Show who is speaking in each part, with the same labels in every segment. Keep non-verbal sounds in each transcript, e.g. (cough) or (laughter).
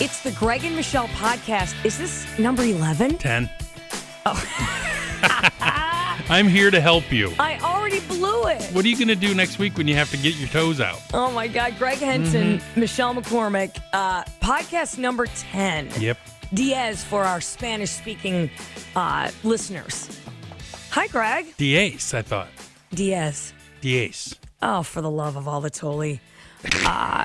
Speaker 1: It's the Greg and Michelle podcast. Is this number 11?
Speaker 2: 10.
Speaker 1: Oh.
Speaker 2: (laughs) I'm here to help you.
Speaker 1: I already blew it.
Speaker 2: What are you going to do next week when you have to get your toes out?
Speaker 1: Oh my God. Greg Henson, Michelle McCormick, uh, podcast number 10.
Speaker 2: Yep.
Speaker 1: Diaz for our Spanish speaking uh, listeners. Hi, Greg.
Speaker 2: Diaz, I thought.
Speaker 1: Diaz.
Speaker 2: Diaz.
Speaker 1: Oh, for the love of all that's holy. Uh,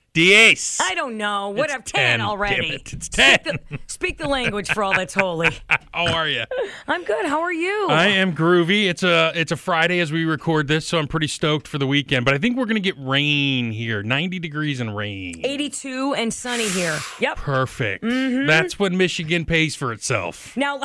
Speaker 2: Diaz.
Speaker 1: I don't know. What
Speaker 2: It's
Speaker 1: have 10,
Speaker 2: 10.
Speaker 1: already?
Speaker 2: Damn it, it's
Speaker 1: Speak
Speaker 2: 10.
Speaker 1: the, speak the language for all that's holy. (laughs)
Speaker 2: How are you?
Speaker 1: I'm good. How are you?
Speaker 2: (laughs) I am groovy. It's a it's a Friday as we record this, so I'm pretty stoked for the weekend. But I think we're going to get rain here. 90 degrees and rain.
Speaker 1: 82 and sunny here. Yep.
Speaker 2: Perfect.
Speaker 1: Mm-hmm.
Speaker 2: That's when Michigan pays for itself.
Speaker 1: Now,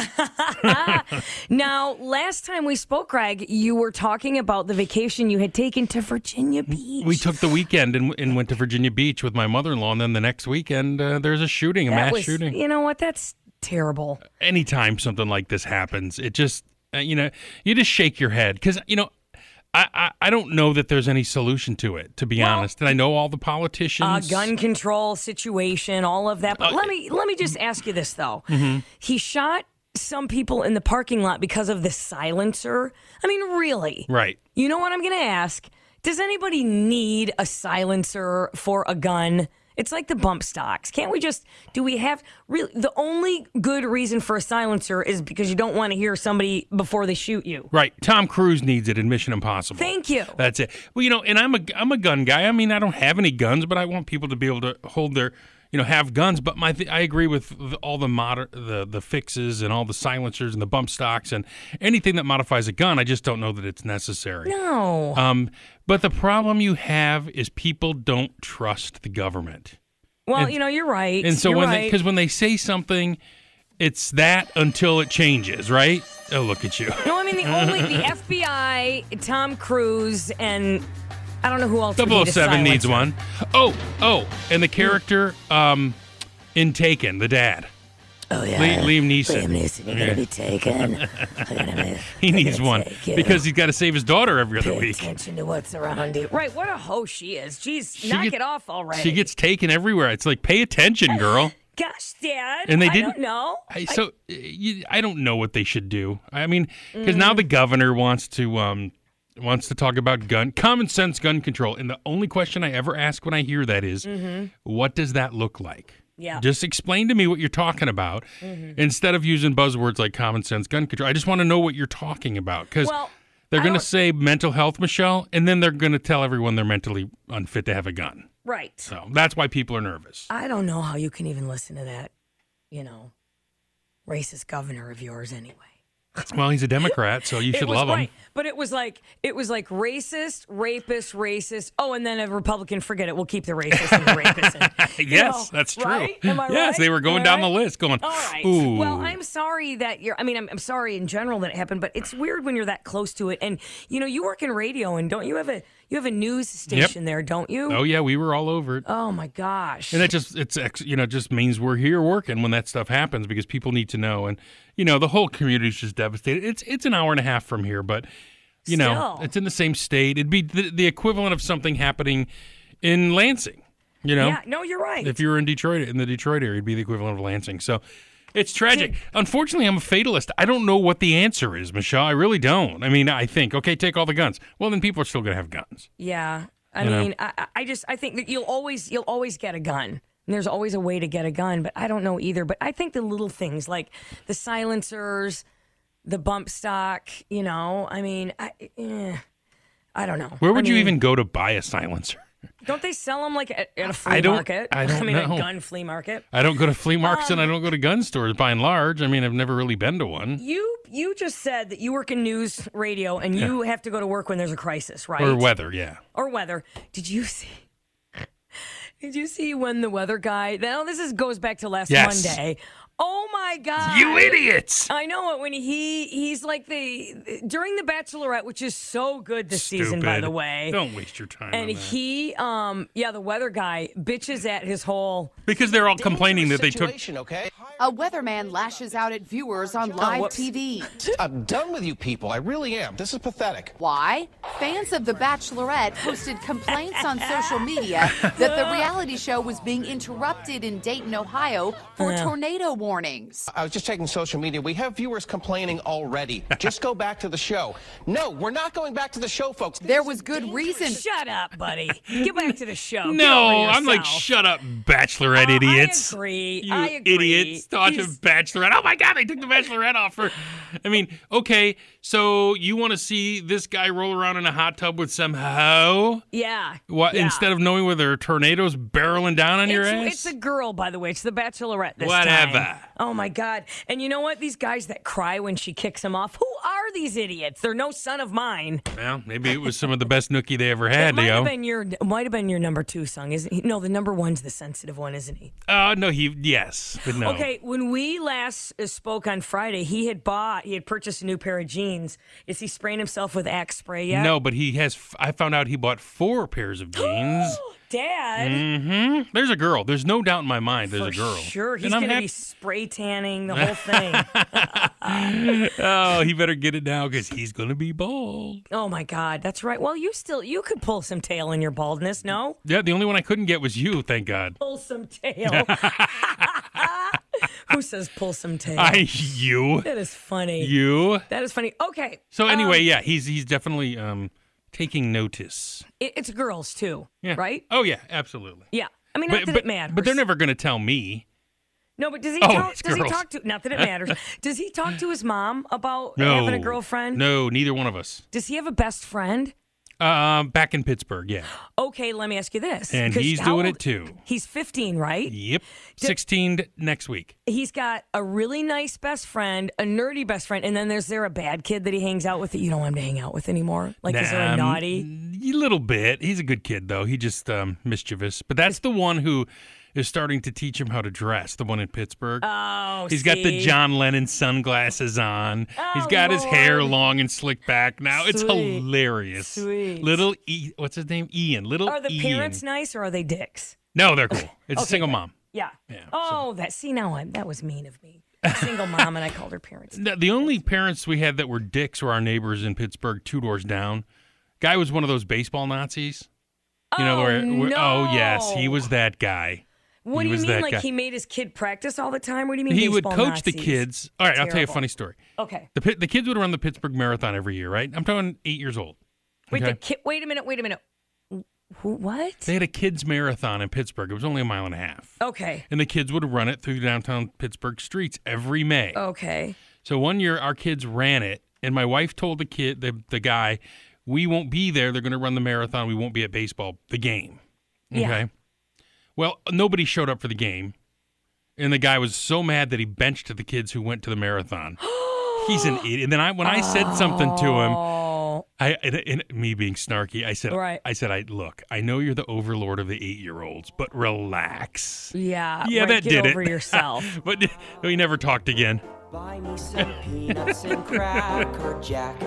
Speaker 1: (laughs) now, last time we spoke, Greg, you were talking about the vacation you had taken to Virginia Beach.
Speaker 2: We took the weekend and, and went to Virginia Beach with my mother-in-law, and then the next weekend uh, there's a shooting, a
Speaker 1: that
Speaker 2: mass
Speaker 1: was,
Speaker 2: shooting.
Speaker 1: You know what? That's terrible.
Speaker 2: anytime something like this happens, it just uh, you know you just shake your head because you know I, I I don't know that there's any solution to it to be honest, and I know all the
Speaker 1: Uh,
Speaker 2: politicians.
Speaker 1: gun control situation, all of that. But
Speaker 2: Uh,
Speaker 1: let me let me just ask you this though.
Speaker 2: Mm-hmm.
Speaker 1: He shot some people in the parking lot because of the silencer. I mean, really?
Speaker 2: right?
Speaker 1: You know what I'm going to ask? Does anybody need a silencer for a gun? It's like the bump stocks. Can't we just do we have really the only good reason for a silencer is because you don't want to hear somebody before they shoot you.
Speaker 2: Right, Tom Cruise needs it in Mission Impossible.
Speaker 1: Thank you.
Speaker 2: That's it. Well, you know, and I'm a I'm a gun guy. I mean, I don't have any guns, but I want people to be able to hold their you know have guns. But my th- I agree with the, all the moder- the the fixes and all the silencers and the bump stocks and anything that modifies a gun. I just don't know that it's necessary.
Speaker 1: No.
Speaker 2: Um, but the problem you have is people don't trust the government,
Speaker 1: well, you know, you're right.
Speaker 2: and so
Speaker 1: You're
Speaker 2: when
Speaker 1: right.
Speaker 2: because when they say something, it's that until it changes, right? Oh, look at you.
Speaker 1: No, I mean the only
Speaker 2: (laughs)
Speaker 1: the FBI, Tom Cruise and I don't know who else would need a
Speaker 2: 007 needs
Speaker 1: silencer.
Speaker 2: one. Oh, oh, and the character um, in Taken, the dad.
Speaker 3: Oh yeah,
Speaker 2: Liam- Liam Neeson.
Speaker 3: Liam Neeson, you're gonna be taken. We're gonna be- we're
Speaker 2: He
Speaker 3: gonna
Speaker 2: needs one
Speaker 3: take you.
Speaker 2: because he's got to save his daughter every other
Speaker 3: pay
Speaker 2: week.
Speaker 3: attention to what's around you.
Speaker 1: Right, what a hoe she is. Jeez, knock
Speaker 2: get-
Speaker 1: it off already.
Speaker 2: She gets taken everywhere. It's like, pay attention, girl.
Speaker 1: Gosh, Dad.
Speaker 2: And they
Speaker 1: I
Speaker 2: didn't-
Speaker 1: don't know.
Speaker 2: I, so uh, you, I don't know what they should do. I mean, because now
Speaker 1: Mm.
Speaker 2: the governor wants to um, wants to talk about gun common sense gun control, and the only question I ever ask when I hear that is, what does that look like?
Speaker 1: Mm-hmm. Yeah. Mm-hmm.
Speaker 2: Just explain to me what you're talking about instead of using buzzwords like common sense gun control. I just want to know what you're talking about because
Speaker 1: Well,
Speaker 2: they're
Speaker 1: I
Speaker 2: going to
Speaker 1: don't-
Speaker 2: say mental health, Michelle, and then they're going to tell everyone they're mentally unfit to have a gun.
Speaker 1: Right.
Speaker 2: So that's why people are nervous.
Speaker 1: I don't know how you can even listen to that, you know, racist governor of yours anyway.
Speaker 2: Well, he's a Democrat, so you
Speaker 1: (laughs) it
Speaker 2: should
Speaker 1: was
Speaker 2: love him.
Speaker 1: right, but it was like it was like racist, rapist, racist. Oh, and then a Republican, forget it. We'll keep the racist and the rapist.
Speaker 2: (laughs)
Speaker 1: In. You
Speaker 2: Yes,
Speaker 1: know,
Speaker 2: that's true.
Speaker 1: oh, right? Am I
Speaker 2: yes,
Speaker 1: right?
Speaker 2: they were going
Speaker 1: Am I
Speaker 2: down
Speaker 1: right?
Speaker 2: the list, going,
Speaker 1: All right.
Speaker 2: ooh.
Speaker 1: Well, I'm sorry that you're. I mean, I'm, I'm sorry in general that it happened, but it's weird when you're that close to it. And you know, you work in radio, and don't you have a you have a news station there, don't you?
Speaker 2: oh yeah, we were all over it.
Speaker 1: Oh my gosh.
Speaker 2: and that just it's ex- you know just means we're here working when that stuff happens because people need to know and you know the whole community's just devastated. It's it's an hour and a half from here, but you know
Speaker 1: Still.
Speaker 2: it's in the same state. It'd be the, the equivalent of something happening in Lansing. You know,
Speaker 1: yeah. No, you're right.
Speaker 2: if you were in Detroit in the Detroit area, it'd be the equivalent of Lansing. So. It's tragic. Unfortunately, I'm a fatalist. I don't know what the answer is, Michelle. I really don't. I mean, I think, okay, take all the guns. Well, then people are still going to have guns.
Speaker 1: Yeah. I
Speaker 2: know?
Speaker 1: mean, I, I- I just I think that you'll always you'll always get a gun. And there's always a way to get a gun, but I don't know either. But I think the little things like the silencers, the bump stock, you know, I mean, I eh, I don't know.
Speaker 2: Where would
Speaker 1: I
Speaker 2: you
Speaker 1: mean,
Speaker 2: even go to buy a silencer?
Speaker 1: Don't they sell them like at, at a flea
Speaker 2: I don't-
Speaker 1: market? (laughs)
Speaker 2: I don't
Speaker 1: mean,
Speaker 2: know.
Speaker 1: a gun flea market.
Speaker 2: I don't go to flea markets
Speaker 1: Um,
Speaker 2: and I don't go to gun stores by and large. I mean, I've never really been to one.
Speaker 1: You you just said that you work in news radio and you have to go to work when there's a crisis, right?
Speaker 2: Or weather, yeah.
Speaker 1: or weather. Did you see? (laughs) Did you see when the weather guy? Now this is goes back to last
Speaker 2: Yes.
Speaker 1: Monday. Oh my god.
Speaker 2: You idiots!
Speaker 1: I know it when he he's like the during the Bachelorette, which is so good this season, by
Speaker 2: Stupid.
Speaker 1: the way.
Speaker 2: Don't waste your time.
Speaker 1: and
Speaker 2: on that.
Speaker 1: he, um, yeah, the weather guy bitches at his whole.
Speaker 2: because they're all complaining that they took.
Speaker 4: Situation, okay?
Speaker 5: A weatherman lashes out at viewers on live TV.
Speaker 4: I'm done with you people. I really am. This is pathetic.
Speaker 5: Why? Fans of The Bachelorette posted complaints on social media that the reality show was being interrupted in Dayton, Ohio for tornado warnings.
Speaker 4: I was just checking social media. We have viewers
Speaker 2: (laughs)
Speaker 4: complaining already. Just go back to the show. No, we're not going back to the show, folks.
Speaker 5: There was good reason
Speaker 1: Shut up, buddy. Get back to the show. Get
Speaker 2: No,
Speaker 1: over
Speaker 2: I'm like,
Speaker 1: yourself.
Speaker 2: shut up, Bachelorette
Speaker 1: Uh,
Speaker 2: idiots.
Speaker 1: I agree.
Speaker 2: You
Speaker 1: I agree.
Speaker 2: idiots. Thought of
Speaker 1: He's-
Speaker 2: Bachelorette. Oh my God, they took the Bachelorette off for. I mean, okay, so you want to see this guy roll around in a hot tub with some hoe?
Speaker 1: yeah.
Speaker 2: What,
Speaker 1: yeah.
Speaker 2: Instead of knowing whether a tornado's barreling down on your
Speaker 1: It's,
Speaker 2: ass?
Speaker 1: it's a girl, by the way. It's the Bachelorette this time.
Speaker 2: Whatever.
Speaker 1: Oh my God! And you know what? These guys that cry when she kicks him off. Who are these idiots? They're no son of mine.
Speaker 2: well, maybe it was some of the best nookie they ever had,
Speaker 1: might have
Speaker 2: Leo.
Speaker 1: been your might have been your number two song, isn't he? No, the number one's the sensitive one, isn't he?
Speaker 2: Uh, no, he, yes, but no.
Speaker 1: Okay, when we last uh, spoke on Friday, he had bought, he had purchased a new pair of jeans. Is he spraying himself with Axe spray yet?
Speaker 2: No, but he has. I found out he bought four pairs
Speaker 1: (gasps)
Speaker 2: of jeans.
Speaker 1: (gasps)
Speaker 2: Hmm?
Speaker 1: Dad,
Speaker 2: There's a girl. There's no doubt in my mind. There's
Speaker 1: for
Speaker 2: a Mm. girl.
Speaker 1: sure, he's
Speaker 2: And I'm
Speaker 1: gonna
Speaker 2: hap-
Speaker 1: be spray tanning the whole thing.
Speaker 2: (laughs) Oh, he better get it now because he's gonna be bald.
Speaker 1: oh my God, that's right. Well, you still you could pull some tail in your baldness,
Speaker 2: (laughs)
Speaker 1: no?
Speaker 2: Yeah, the only one I couldn't get was you. Thank God.
Speaker 1: Pull some tail.
Speaker 2: (laughs)
Speaker 1: (laughs) Who says pull some tail?
Speaker 2: (laughs)
Speaker 1: (laughs)
Speaker 2: I you
Speaker 1: that is funny.
Speaker 2: you.
Speaker 1: That is funny. Okay,
Speaker 2: So anyway, yeah, he's he's definitely um taking notice.
Speaker 1: it, it's girls too,
Speaker 2: Yeah.
Speaker 1: right?
Speaker 2: Oh yeah, absolutely.
Speaker 1: Yeah. I mean, not
Speaker 2: But
Speaker 1: that
Speaker 2: but,
Speaker 1: it matters.
Speaker 2: but they're never gonna tell me.
Speaker 1: No, but does he
Speaker 2: Oh,
Speaker 1: talk?
Speaker 2: it's
Speaker 1: Does he
Speaker 2: girls.
Speaker 1: talk to? Not that it
Speaker 2: (laughs)
Speaker 1: matters. does he talk to his mom about
Speaker 2: No.
Speaker 1: having a girlfriend?
Speaker 2: No, neither one of us.
Speaker 1: Does he have a best friend?
Speaker 2: Um, back in
Speaker 1: (gasps)
Speaker 2: Pittsburgh, yeah.
Speaker 1: Okay, let me ask you this.
Speaker 2: And
Speaker 1: 'cause
Speaker 2: he's
Speaker 1: how
Speaker 2: doing
Speaker 1: old-
Speaker 2: it too.
Speaker 1: He's 15, right?
Speaker 2: Yep. 16 to- next week.
Speaker 1: He's got a really nice best friend, a nerdy best friend, and then there's there a bad kid that he hangs out with that you don't want him to hang out with anymore. Like, is there a
Speaker 2: Um,
Speaker 1: naughty?
Speaker 2: A little bit. He's a good kid, though. He just um, mischievous. But that's the one who is starting to teach him how to dress. The one in Pittsburgh.
Speaker 1: Oh,
Speaker 2: He's got the
Speaker 1: see?
Speaker 2: John Lennon sunglasses on. He's
Speaker 1: Oh,
Speaker 2: got his hair
Speaker 1: Lord.
Speaker 2: long and slick back now. It's
Speaker 1: Sweet.
Speaker 2: hilarious.
Speaker 1: Sweet.
Speaker 2: Little E. What's his name? Ian. Little
Speaker 1: Are the
Speaker 2: Ian.
Speaker 1: parents nice or are they dicks?
Speaker 2: No, they're cool.
Speaker 1: (laughs)
Speaker 2: It's a single mom.
Speaker 1: Yeah.
Speaker 2: Yeah, so-
Speaker 1: oh, that. See, now I'm, that was mean of me. Single mom, and I called her
Speaker 2: (laughs)
Speaker 1: parents.
Speaker 2: No, The only parents we had that were dicks were our neighbors in Pittsburgh, two doors down. Guy was one of those baseball Nazis. You know,
Speaker 1: Oh,
Speaker 2: where, where- oh yes, he
Speaker 1: no.
Speaker 2: was that guy.
Speaker 1: What
Speaker 2: He
Speaker 1: do you
Speaker 2: was
Speaker 1: mean?
Speaker 2: that
Speaker 1: Like
Speaker 2: guy.
Speaker 1: he made his kid practice all the time? What do you mean?
Speaker 2: he would
Speaker 1: baseball
Speaker 2: coach the
Speaker 1: Nazis?
Speaker 2: kids. All right, I'll tell you a
Speaker 1: Terrible.
Speaker 2: funny story.
Speaker 1: Okay.
Speaker 2: The Pit- the kids would run the Pittsburgh Marathon every year, right? I'm talking eight years old.
Speaker 1: Wait, the
Speaker 2: Okay.
Speaker 1: kid. Wait a minute. Wait a minute. Who? What?
Speaker 2: They had a kids marathon in Pittsburgh. It was only a mile and a half,
Speaker 1: okay.
Speaker 2: and the kids would run it through downtown Pittsburgh streets every May.
Speaker 1: Okay.
Speaker 2: So one year our kids ran it, and my wife told the kid, the, the guy, we won't be there. They're going to run the marathon. We won't be at baseball, the game. Okay.
Speaker 1: Yeah.
Speaker 2: Well, nobody showed up for the game, and the guy was so mad that he benched the kids who went to
Speaker 1: (gasps)
Speaker 2: the marathon. He's an idiot. And then I, when I said something to him, I and, and me being snarky, I said,
Speaker 1: Oh. Right.
Speaker 2: I said, I look, I know you're the overlord of the eight year olds, but relax.
Speaker 1: Yeah.
Speaker 2: Yeah,
Speaker 1: right,
Speaker 2: that
Speaker 1: get
Speaker 2: did
Speaker 1: over
Speaker 2: it.
Speaker 1: yourself.
Speaker 2: (laughs) But we never talked again.
Speaker 6: Buy me some peanuts and cracker jack.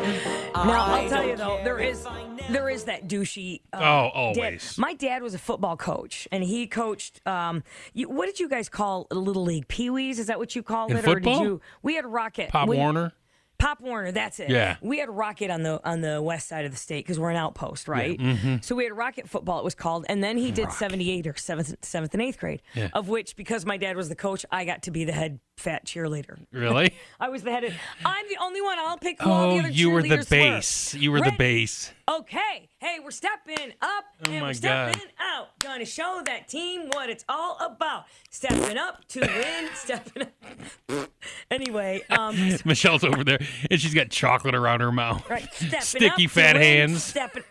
Speaker 1: Now I'll tell you though, there is there is that douchey. Uh,
Speaker 2: Oh,
Speaker 1: dad.
Speaker 2: always.
Speaker 1: My dad was a football coach, and he coached. Um, you, what did you guys call Little League Pee Wees? Is that what you called
Speaker 2: In
Speaker 1: it, or
Speaker 2: football?
Speaker 1: did you? We had Rocket.
Speaker 2: Pop
Speaker 1: When-
Speaker 2: Warner.
Speaker 1: Pop Warner, that's it.
Speaker 2: Yeah.
Speaker 1: We had Rocket on the on the west side of the state because we're an outpost, right?
Speaker 2: Mm-hmm.
Speaker 1: So we had Rocket football, it was called, and then he did seventy eight or seventh seventh and eighth grade.
Speaker 2: Yeah.
Speaker 1: Of which, because my dad was the coach, I got to be the head fat cheerleader.
Speaker 2: Really?
Speaker 1: I was the head. Of, I'm the only one. I'll pick who (laughs) all
Speaker 2: Oh,
Speaker 1: the other
Speaker 2: you were the
Speaker 1: cheerleaders
Speaker 2: base. You were the
Speaker 1: Red-
Speaker 2: base. (laughs)
Speaker 1: Okay, hey, we're stepping up
Speaker 2: Oh
Speaker 1: and
Speaker 2: my
Speaker 1: we're stepping
Speaker 2: God.
Speaker 1: out. Gonna show that team what it's all about. Stepping up to
Speaker 2: (laughs)
Speaker 1: win. stepping up. (laughs) anyway, um,
Speaker 2: Michelle's over there, and she's got chocolate around her mouth. (laughs)
Speaker 1: Right, stepping
Speaker 2: Sticky
Speaker 1: up,
Speaker 2: fat
Speaker 1: doing,
Speaker 2: hands. (laughs)
Speaker 1: Stepping.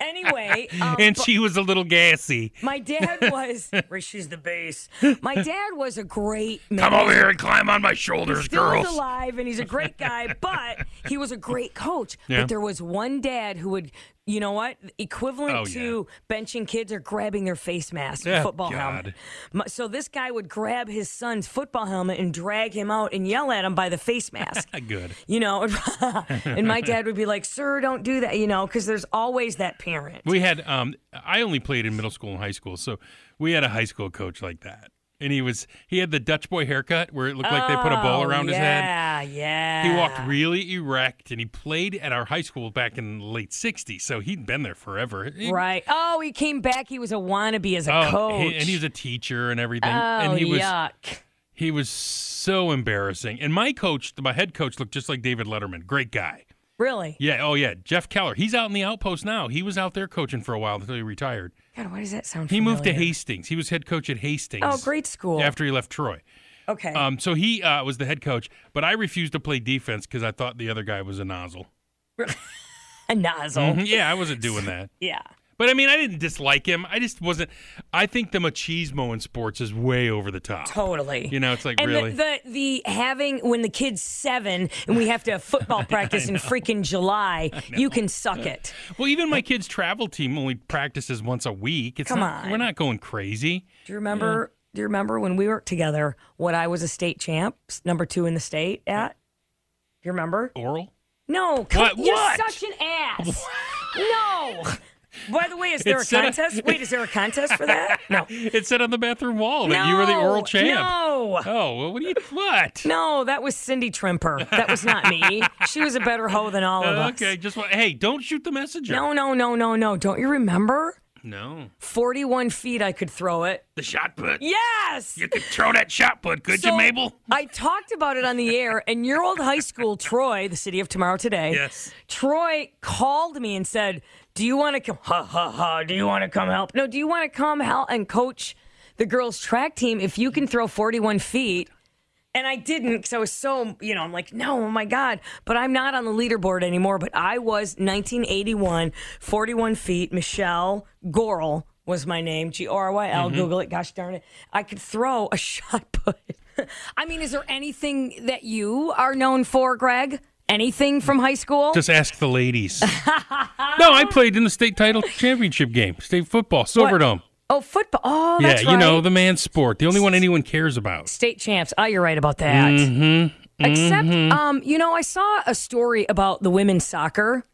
Speaker 1: anyway, um,
Speaker 2: and
Speaker 1: bu-
Speaker 2: she was a little gassy.
Speaker 1: my dad
Speaker 2: (laughs)
Speaker 1: was. Where she's the base. My dad was a great man.
Speaker 2: Come over here and climb on my shoulders,
Speaker 1: Still
Speaker 2: girls.
Speaker 1: is
Speaker 2: (laughs)
Speaker 1: alive, and he's a great guy, but he was a great coach.
Speaker 2: Yeah.
Speaker 1: But there was one dad who would you know what? Equivalent
Speaker 2: Oh,
Speaker 1: to benching kids or grabbing their face mask,
Speaker 2: Yeah,
Speaker 1: football
Speaker 2: God.
Speaker 1: helmet. M- So this guy would grab his son's football helmet and drag him out and yell at him by the face
Speaker 2: (laughs)
Speaker 1: mask.
Speaker 2: Good.
Speaker 1: You know, (laughs) and my dad would be like, "Sir, don't do that," you know, because there's always that parent.
Speaker 2: We had um I only played in middle school and high school, so we had a high school coach like that. And he was he had the Dutch boy haircut where it looked like they put a
Speaker 1: Oh,
Speaker 2: ball around his head.
Speaker 1: yeah, yeah.
Speaker 2: He walked really erect and he played at our high school back in the late 60s, so he'd been there forever. He-
Speaker 1: Right. Oh, he came back. He was a wannabe as a
Speaker 2: oh,
Speaker 1: coach.
Speaker 2: he- and he was a teacher and everything.
Speaker 1: oh,
Speaker 2: and he was
Speaker 1: yuck.
Speaker 2: he was so embarrassing. And my coach, my head coach looked just like David Letterman. Great guy.
Speaker 1: Really?
Speaker 2: Yeah, oh yeah, Jeff Keller. He's out in the outpost now. He was out there coaching for a while until he retired.
Speaker 1: God, why does that sound
Speaker 2: He moved to
Speaker 1: familiar?
Speaker 2: Hastings. He was head coach at Hastings.
Speaker 1: Oh, great school.
Speaker 2: After he left Troy.
Speaker 1: Okay.
Speaker 2: Um, so he uh, was the head coach, but I refused to play defense because I thought the other guy was a nozzle. (laughs)
Speaker 1: a nozzle.
Speaker 2: yeah, I wasn't doing that.
Speaker 1: Yeah.
Speaker 2: But I mean, I didn't dislike him. I just wasn't. I think the machismo in sports is way over the top.
Speaker 1: Totally.
Speaker 2: You know, it's like
Speaker 1: and
Speaker 2: really.
Speaker 1: the, the the having when the kid's seven and we have to have football
Speaker 2: (laughs)
Speaker 1: (laughs) practice in freaking July, you can suck it.
Speaker 2: well, even my kids' travel team only practices once a week. It's
Speaker 1: Come
Speaker 2: not,
Speaker 1: on.
Speaker 2: we're not going crazy.
Speaker 1: Do you remember? Do you remember when we worked together? What I was a state champ, s- number two in the state at. Do you remember?
Speaker 2: Oral.
Speaker 1: No, come,
Speaker 2: What-
Speaker 1: you're
Speaker 2: what?
Speaker 1: such an
Speaker 2: (laughs)
Speaker 1: ass. no. By the way, is there
Speaker 2: It
Speaker 1: a
Speaker 2: said- (laughs)
Speaker 1: contest? Wait, is there a contest for that? No.
Speaker 2: It said on the bathroom wall that you were the
Speaker 1: No,
Speaker 2: oral champ.
Speaker 1: No.
Speaker 2: Oh well, what do you what?
Speaker 1: No, that was Cindy Trimper. That was not me. she was a better hoe than all of us.
Speaker 2: Uh, okay, just wa- hey, don't shoot the messenger.
Speaker 1: No, no, no, no, no. Don't you remember?
Speaker 2: no.
Speaker 1: 41 feet I could throw it.
Speaker 2: The shot put.
Speaker 1: Yes.
Speaker 2: You could throw that shot put, could
Speaker 1: So,
Speaker 2: you, Mabel?
Speaker 1: I talked about it on the air, and your old high school, Troy, the city of tomorrow today.
Speaker 2: Yes.
Speaker 1: Troy called me and said, Do you want to come? Ha, ha, ha. Do you want to come help? No, do you want to come help and coach the girls' track team if you can throw 41 feet? And I didn't because I was so, you know, I'm like, no, oh my God. But I'm not on the leaderboard anymore. But I was 1981, 41 feet. Michelle Gorl was my name. G O R Y L.
Speaker 2: Mm-hmm.
Speaker 1: Google it. Gosh darn it. I could throw a (laughs) shot put. I mean, is there anything that you are known for, Greg? Anything from high school?
Speaker 2: Just ask the
Speaker 1: (laughs)
Speaker 2: ladies. no, I played in the state title championship game, state football, Silverdome.
Speaker 1: oh, football. Oh,
Speaker 2: Yeah,
Speaker 1: that's
Speaker 2: you know,
Speaker 1: right.
Speaker 2: the man's sport, the only one anyone cares about.
Speaker 1: state champs. Oh, you're right about that.
Speaker 2: Mm-hmm.
Speaker 1: Except, um, you know, I saw a story about the women's soccer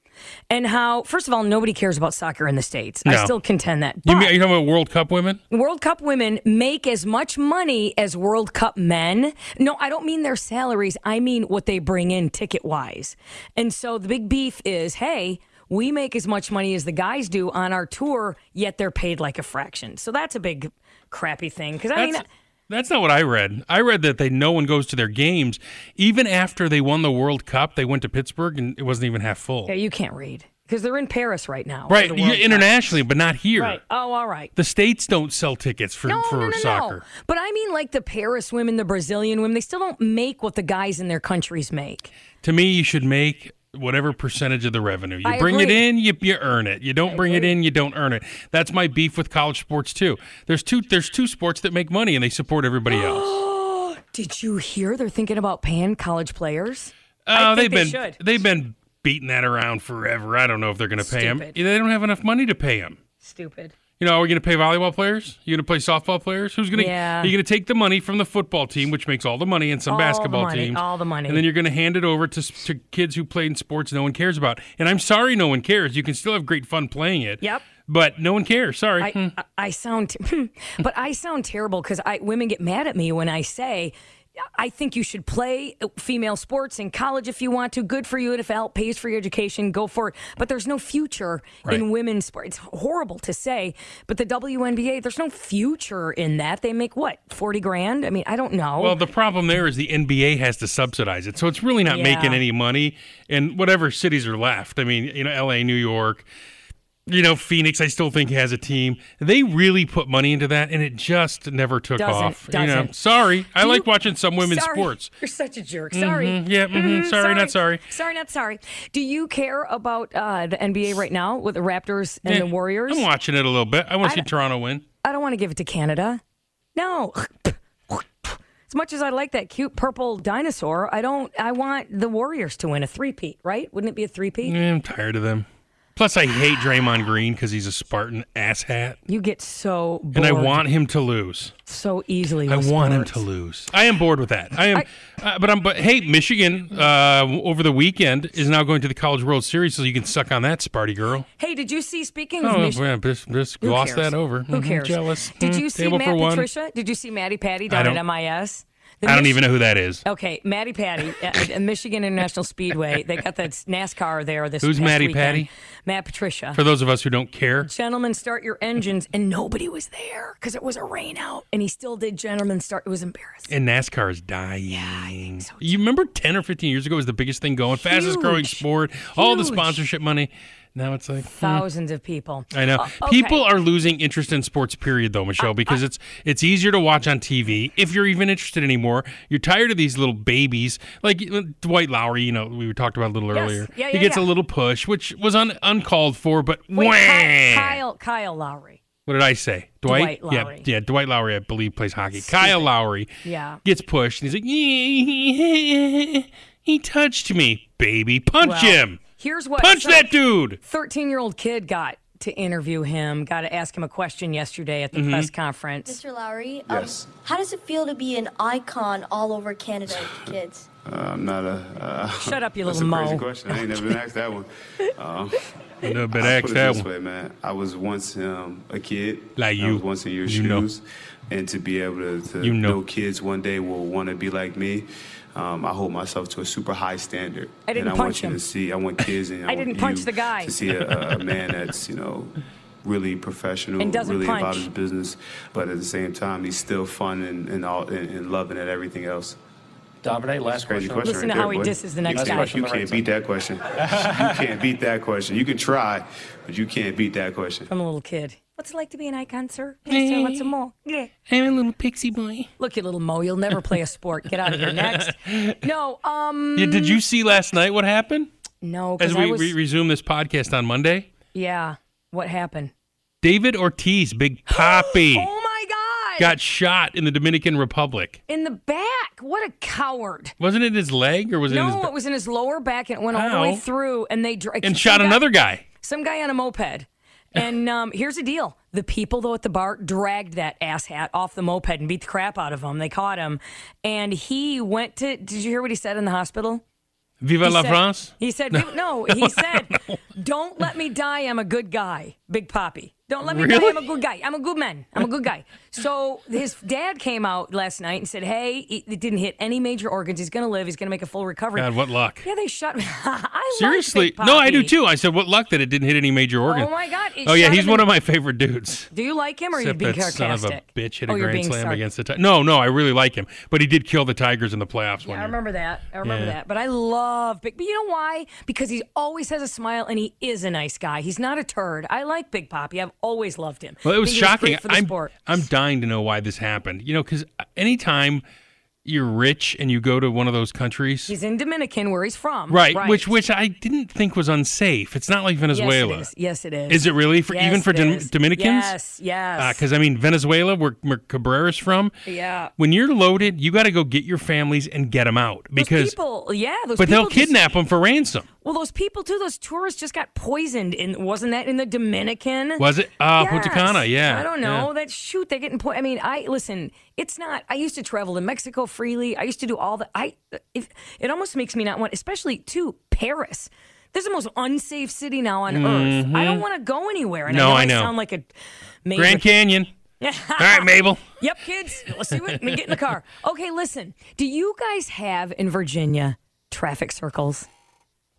Speaker 1: and how, first of all, nobody cares about soccer in the states. I
Speaker 2: No.
Speaker 1: still contend that.
Speaker 2: You mean,
Speaker 1: But
Speaker 2: are you talking about World Cup women?
Speaker 1: World Cup women make as much money as World Cup men. No, I don't mean their salaries. I mean what they bring in ticket wise. And so the big beef is, hey. We make as much money as the guys do on our tour, yet they're paid like a fraction. So that's a big crappy thing. Because I
Speaker 2: That's,
Speaker 1: mean, uh,
Speaker 2: that's not what I read. I read that they no one goes to their games. Even after they won the World Cup, they went to Pittsburgh and it wasn't even half full.
Speaker 1: Yeah, you can't read because they're in Paris right now. for
Speaker 2: right,
Speaker 1: the
Speaker 2: you-
Speaker 1: World Cup.
Speaker 2: internationally, but not here.
Speaker 1: Right. Oh, all right.
Speaker 2: The states don't sell tickets for,
Speaker 1: No,
Speaker 2: for
Speaker 1: no, no,
Speaker 2: soccer.
Speaker 1: no. But I mean, like the Paris women, the Brazilian women, they still don't make what the guys in their countries make.
Speaker 2: To me, you should make whatever percentage of the revenue. You
Speaker 1: I
Speaker 2: bring it
Speaker 1: agree.
Speaker 2: in, you, you earn it. You don't bring it in, you don't earn it. That's my beef with college sports too. There's two there's two sports that make money and they support
Speaker 1: (gasps)
Speaker 2: everybody else.
Speaker 1: Did you hear they're thinking about paying college players?
Speaker 2: Oh,
Speaker 1: think
Speaker 2: they've
Speaker 1: they
Speaker 2: been
Speaker 1: should.
Speaker 2: they've been beating that around forever. I don't know if they're going to pay them.
Speaker 1: Stupid.
Speaker 2: They don't have enough money to pay them.
Speaker 1: Stupid.
Speaker 2: You know, are we going to pay volleyball players? You going to play softball players? Who's going to?
Speaker 1: Yeah.
Speaker 2: Are you going to take the money from the football team, which makes all the money, and some
Speaker 1: All the
Speaker 2: basketball
Speaker 1: money,
Speaker 2: teams,
Speaker 1: all the money.
Speaker 2: and then you're going to hand it over to, s- to kids who play in sports no one cares about? And I'm sorry, no one cares. You can still have great fun playing it.
Speaker 1: Yep.
Speaker 2: But no one cares. Sorry. Hmm.
Speaker 1: I, I sound, (laughs) hmm. but I sound terrible because I women get mad at me when I say. I think you should play uh, female sports in college if you want to. Good for you. And if it help pays for your education, go for it. But there's no future in
Speaker 2: Right.
Speaker 1: women's sports. It's horrible to say, but the WNBA, there's no future in that. They make what, 40 grand? I mean, I don't know.
Speaker 2: Well, the problem there is the NBA has to subsidize it, so it's really not
Speaker 1: Yeah.
Speaker 2: making any money. And whatever cities are left, I mean, you know, L.A., New York, you know, Phoenix, I still think has a team. They really put money into that, and it just never took
Speaker 1: Doesn't-
Speaker 2: off. You know,
Speaker 1: doesn't.
Speaker 2: sorry, I
Speaker 1: Do
Speaker 2: like
Speaker 1: you-
Speaker 2: watching some women's
Speaker 1: Sorry.
Speaker 2: sports.
Speaker 1: (laughs) You're such a jerk. Sorry.
Speaker 2: yeah, mhm, sorry, not sorry.
Speaker 1: Sorry, not sorry. Do you care about uh, the NBA right now with the Raptors and the
Speaker 2: Eh,
Speaker 1: Warriors?
Speaker 2: I'm watching it a little bit. I want
Speaker 1: I
Speaker 2: to see
Speaker 1: don't-
Speaker 2: Toronto win.
Speaker 1: I don't want to give it to Canada. No. (laughs) As much as I like that cute purple
Speaker 2: Mm.
Speaker 1: dinosaur, I don't. I want the Warriors to win a three-peat, right? Wouldn't it be a three-peat?
Speaker 2: Eh, I'm tired of them. Plus, I hate Draymond Green because he's a Spartan asshat,
Speaker 1: You get so bored
Speaker 2: and I want him to lose.
Speaker 1: so easily.
Speaker 2: I
Speaker 1: with
Speaker 2: want him
Speaker 1: sports.
Speaker 2: to lose. I am bored with that. I am, uh, but I'm. But hey, Michigan uh, w- over the weekend is now going to the College World Series, so you can suck on that, Sparty girl.
Speaker 1: Hey, did you see? Speaking of
Speaker 2: Oh,
Speaker 1: Michigan,
Speaker 2: yeah, just, just
Speaker 1: who
Speaker 2: gloss
Speaker 1: cares?
Speaker 2: that over.
Speaker 1: Who
Speaker 2: Mhm,
Speaker 1: cares?
Speaker 2: Jealous.
Speaker 1: Did
Speaker 2: Mm,
Speaker 1: you see
Speaker 2: table
Speaker 1: Matt
Speaker 2: for one.
Speaker 1: Patricia? Did you see Maddie Patty down
Speaker 2: don't-
Speaker 1: at MIS? The
Speaker 2: I don't
Speaker 1: Mich-
Speaker 2: even know who that is.
Speaker 1: Okay, Maddie Patty at at Michigan International Speedway. They got
Speaker 2: (laughs)
Speaker 1: that NASCAR there this
Speaker 2: Who's
Speaker 1: past
Speaker 2: Matty
Speaker 1: weekend.
Speaker 2: Patty?
Speaker 1: Matt Patricia.
Speaker 2: For those of us who don't care,
Speaker 1: Gentlemen, start your engines, and nobody was there because it was a rain out, and he still did. Gentlemen, start. It was embarrassing.
Speaker 2: and NASCAR is dying. Yeah, I think so. You remember 10 or 15 years ago was the biggest thing going, fastest growing
Speaker 1: Huge.
Speaker 2: sport, all the
Speaker 1: Huge.
Speaker 2: sponsorship money. Now it's like
Speaker 1: Thousands of people.
Speaker 2: Mm-hmm. I know.
Speaker 1: Uh, okay.
Speaker 2: People are losing interest in sports period though, Michelle, because it's it's easier to watch on TV if you're even interested anymore. You're tired of these little babies like uh, Dwight Lowry, you know, we talked about a little
Speaker 1: Yes.
Speaker 2: earlier.
Speaker 1: Yeah,
Speaker 2: he
Speaker 1: yeah,
Speaker 2: gets
Speaker 1: yeah.
Speaker 2: a little push, which was un- uncalled for, but
Speaker 1: Wait,
Speaker 2: wham!
Speaker 1: Ky- Kyle, Kyle Lowry.
Speaker 2: What did I say? Dwight?
Speaker 1: Dwight Lowry.
Speaker 2: Yeah, yeah, Dwight Lowry, I believe, plays hockey. Kyle Lowry
Speaker 1: Yeah.
Speaker 2: gets pushed, and he's like, "Yeah, (laughs) he touched me, baby. Punch
Speaker 1: Well,
Speaker 2: him.
Speaker 1: Here's what
Speaker 2: Punch
Speaker 1: some
Speaker 2: that dude.
Speaker 1: 13 year old kid got to interview him, got to ask him a question yesterday at the
Speaker 2: Mm-hmm.
Speaker 1: press conference.
Speaker 7: Mr. Lowry, um, how does it feel to be an icon all over Canada with kids?
Speaker 8: I'm not a. Uh,
Speaker 1: (laughs) Shut up, you
Speaker 8: (laughs) that's
Speaker 1: little
Speaker 8: a crazy
Speaker 1: mo.
Speaker 8: question. I ain't never been asked
Speaker 2: (laughs)
Speaker 8: that one. Um,
Speaker 2: No, but
Speaker 8: I'll
Speaker 2: ask
Speaker 8: put it
Speaker 2: that
Speaker 8: this
Speaker 2: one.
Speaker 8: way, man. I was once um, a kid.
Speaker 2: Like
Speaker 8: I
Speaker 2: you.
Speaker 8: was once in your
Speaker 2: You know.
Speaker 8: shoes, and to be able to, to
Speaker 2: You know.
Speaker 8: kids one day will want to be like me. Um, I hold myself to a super high standard.
Speaker 1: I didn't
Speaker 8: and I
Speaker 1: punch
Speaker 8: want you
Speaker 1: him.
Speaker 8: to see. I want
Speaker 1: (laughs)
Speaker 8: kids and I,
Speaker 1: I
Speaker 8: want
Speaker 1: didn't punch
Speaker 8: you
Speaker 1: the guy.
Speaker 8: to see a, a man that's you know really professional,
Speaker 1: And doesn't
Speaker 8: really about
Speaker 1: punch.
Speaker 8: his business, but at the same time he's still fun and and, all, and, and loving at everything else.
Speaker 9: Dominate last
Speaker 8: Crazy
Speaker 9: question.
Speaker 8: question.
Speaker 1: Listen
Speaker 8: right
Speaker 1: to
Speaker 8: there,
Speaker 1: how he
Speaker 8: boy.
Speaker 1: disses the
Speaker 8: You
Speaker 1: next
Speaker 8: can't-
Speaker 1: guy.
Speaker 8: You can't beat that question. you can't beat that question. You can try, but you can't beat that question.
Speaker 1: I'm a little kid. What's it like to be an icon, sir? Yes, sir. What's some (laughs) more? Yeah.
Speaker 2: I'm a little pixie boy.
Speaker 1: Look, you little mo. You'll never play a sport. Get out of here.
Speaker 2: (laughs)
Speaker 1: Next. No, um,
Speaker 2: Yeah, did you see last night what happened?
Speaker 1: no. 'cause
Speaker 2: As
Speaker 1: I
Speaker 2: we
Speaker 1: was,
Speaker 2: re- resume this podcast on Monday,
Speaker 1: yeah. What happened?
Speaker 2: David
Speaker 1: (gasps)
Speaker 2: Ortiz, Big Poppy,
Speaker 1: Oh my God!
Speaker 2: got shot in the Dominican Republic.
Speaker 1: in the back. What a coward!
Speaker 2: Wasn't it his leg or was it his
Speaker 1: No, it was in his lower back and it went all the
Speaker 2: Ow.
Speaker 1: way through, and they dra- some
Speaker 2: and shot
Speaker 1: guy-
Speaker 2: another guy?
Speaker 1: some guy on a moped.
Speaker 2: (laughs)
Speaker 1: And um, here's the deal: the people though at the bar dragged that asshat off the moped and beat the crap out of him. They caught him, and he went to. Did you hear what he said in the hospital?
Speaker 2: Viva
Speaker 1: He
Speaker 2: la
Speaker 1: said-
Speaker 2: France?
Speaker 1: He said, no, he
Speaker 2: (laughs)
Speaker 1: said, don't let me die. I'm a good guy, Big Poppy. Don't let me die. I'm a good guy. I'm a good man. I'm a good guy. So his dad came out last night and said, hey, he- it didn't hit any major organs. He's going to live. He's going to make a full recovery.
Speaker 2: God, what luck.
Speaker 1: yeah, they shut (laughs) I
Speaker 2: Seriously?
Speaker 1: Like Big
Speaker 2: No, I do
Speaker 1: Poppy.
Speaker 2: too. I said, what luck that it didn't hit any major organ.
Speaker 1: Oh, my God. It
Speaker 2: Oh, yeah,
Speaker 1: shot
Speaker 2: he's
Speaker 1: him
Speaker 2: one
Speaker 1: in-
Speaker 2: of my favorite dudes.
Speaker 1: Do you like him or are you
Speaker 2: Except
Speaker 1: being
Speaker 2: that son
Speaker 1: sarcastic?
Speaker 2: of a bitch hit a
Speaker 1: oh, you're
Speaker 2: grand
Speaker 1: being
Speaker 2: slam
Speaker 1: sar-
Speaker 2: against the Tigers. No, no, I really like him, but he did kill the Tigers in the playoffs
Speaker 1: Yeah,
Speaker 2: one
Speaker 1: I
Speaker 2: year.
Speaker 1: remember that. I remember
Speaker 2: Yeah.
Speaker 1: that. But I love Big. But you know why? Because he always has a smile and he is a nice guy. He's not a turd. I like Big Poppy. I've always loved him.
Speaker 2: Well, it
Speaker 1: I
Speaker 2: was
Speaker 1: think he
Speaker 2: shocking.
Speaker 1: great for the
Speaker 2: I'm,
Speaker 1: sport.
Speaker 2: I'm dying to know why this happened. You know, because anytime you're rich and you go to one of those countries,
Speaker 1: He's in Dominican, where he's from.
Speaker 2: right, Which which I didn't think was unsafe. It's not like Venezuela.
Speaker 1: Yes, it is. Yes, it is.
Speaker 2: Is it really for
Speaker 1: Yes,
Speaker 2: even for
Speaker 1: it
Speaker 2: Dom-
Speaker 1: is.
Speaker 2: Dominicans? Uh,
Speaker 1: Yes, yes.
Speaker 2: Because I mean, Venezuela, where, where Cabrera's from.
Speaker 1: Yeah.
Speaker 2: When you're loaded, you got to go get your families and get them out because.
Speaker 1: those people, yeah, those
Speaker 2: but
Speaker 1: people
Speaker 2: they'll
Speaker 1: just-
Speaker 2: kidnap them for ransom.
Speaker 1: well, those people too. Those tourists just got poisoned. In wasn't that in the Dominican?
Speaker 2: Was it? Ah,
Speaker 1: Yes.
Speaker 2: Punta Cana, yeah.
Speaker 1: I don't know.
Speaker 2: yeah.
Speaker 1: That shoot, they're getting po I mean, I listen. It's not. I used to travel to Mexico freely. I used to do all the. I. If, it almost makes me not want, especially to Paris. There's the most unsafe city now on earth. I don't want to go anywhere. And
Speaker 2: Mm-hmm. No,
Speaker 1: I, know
Speaker 2: I know.
Speaker 1: sound like a major
Speaker 2: Grand Canyon. All
Speaker 1: (laughs)
Speaker 2: right, Mabel.
Speaker 1: Yep, kids. Let's see what we get in the car. Okay, listen. Do you guys have in Virginia traffic circles?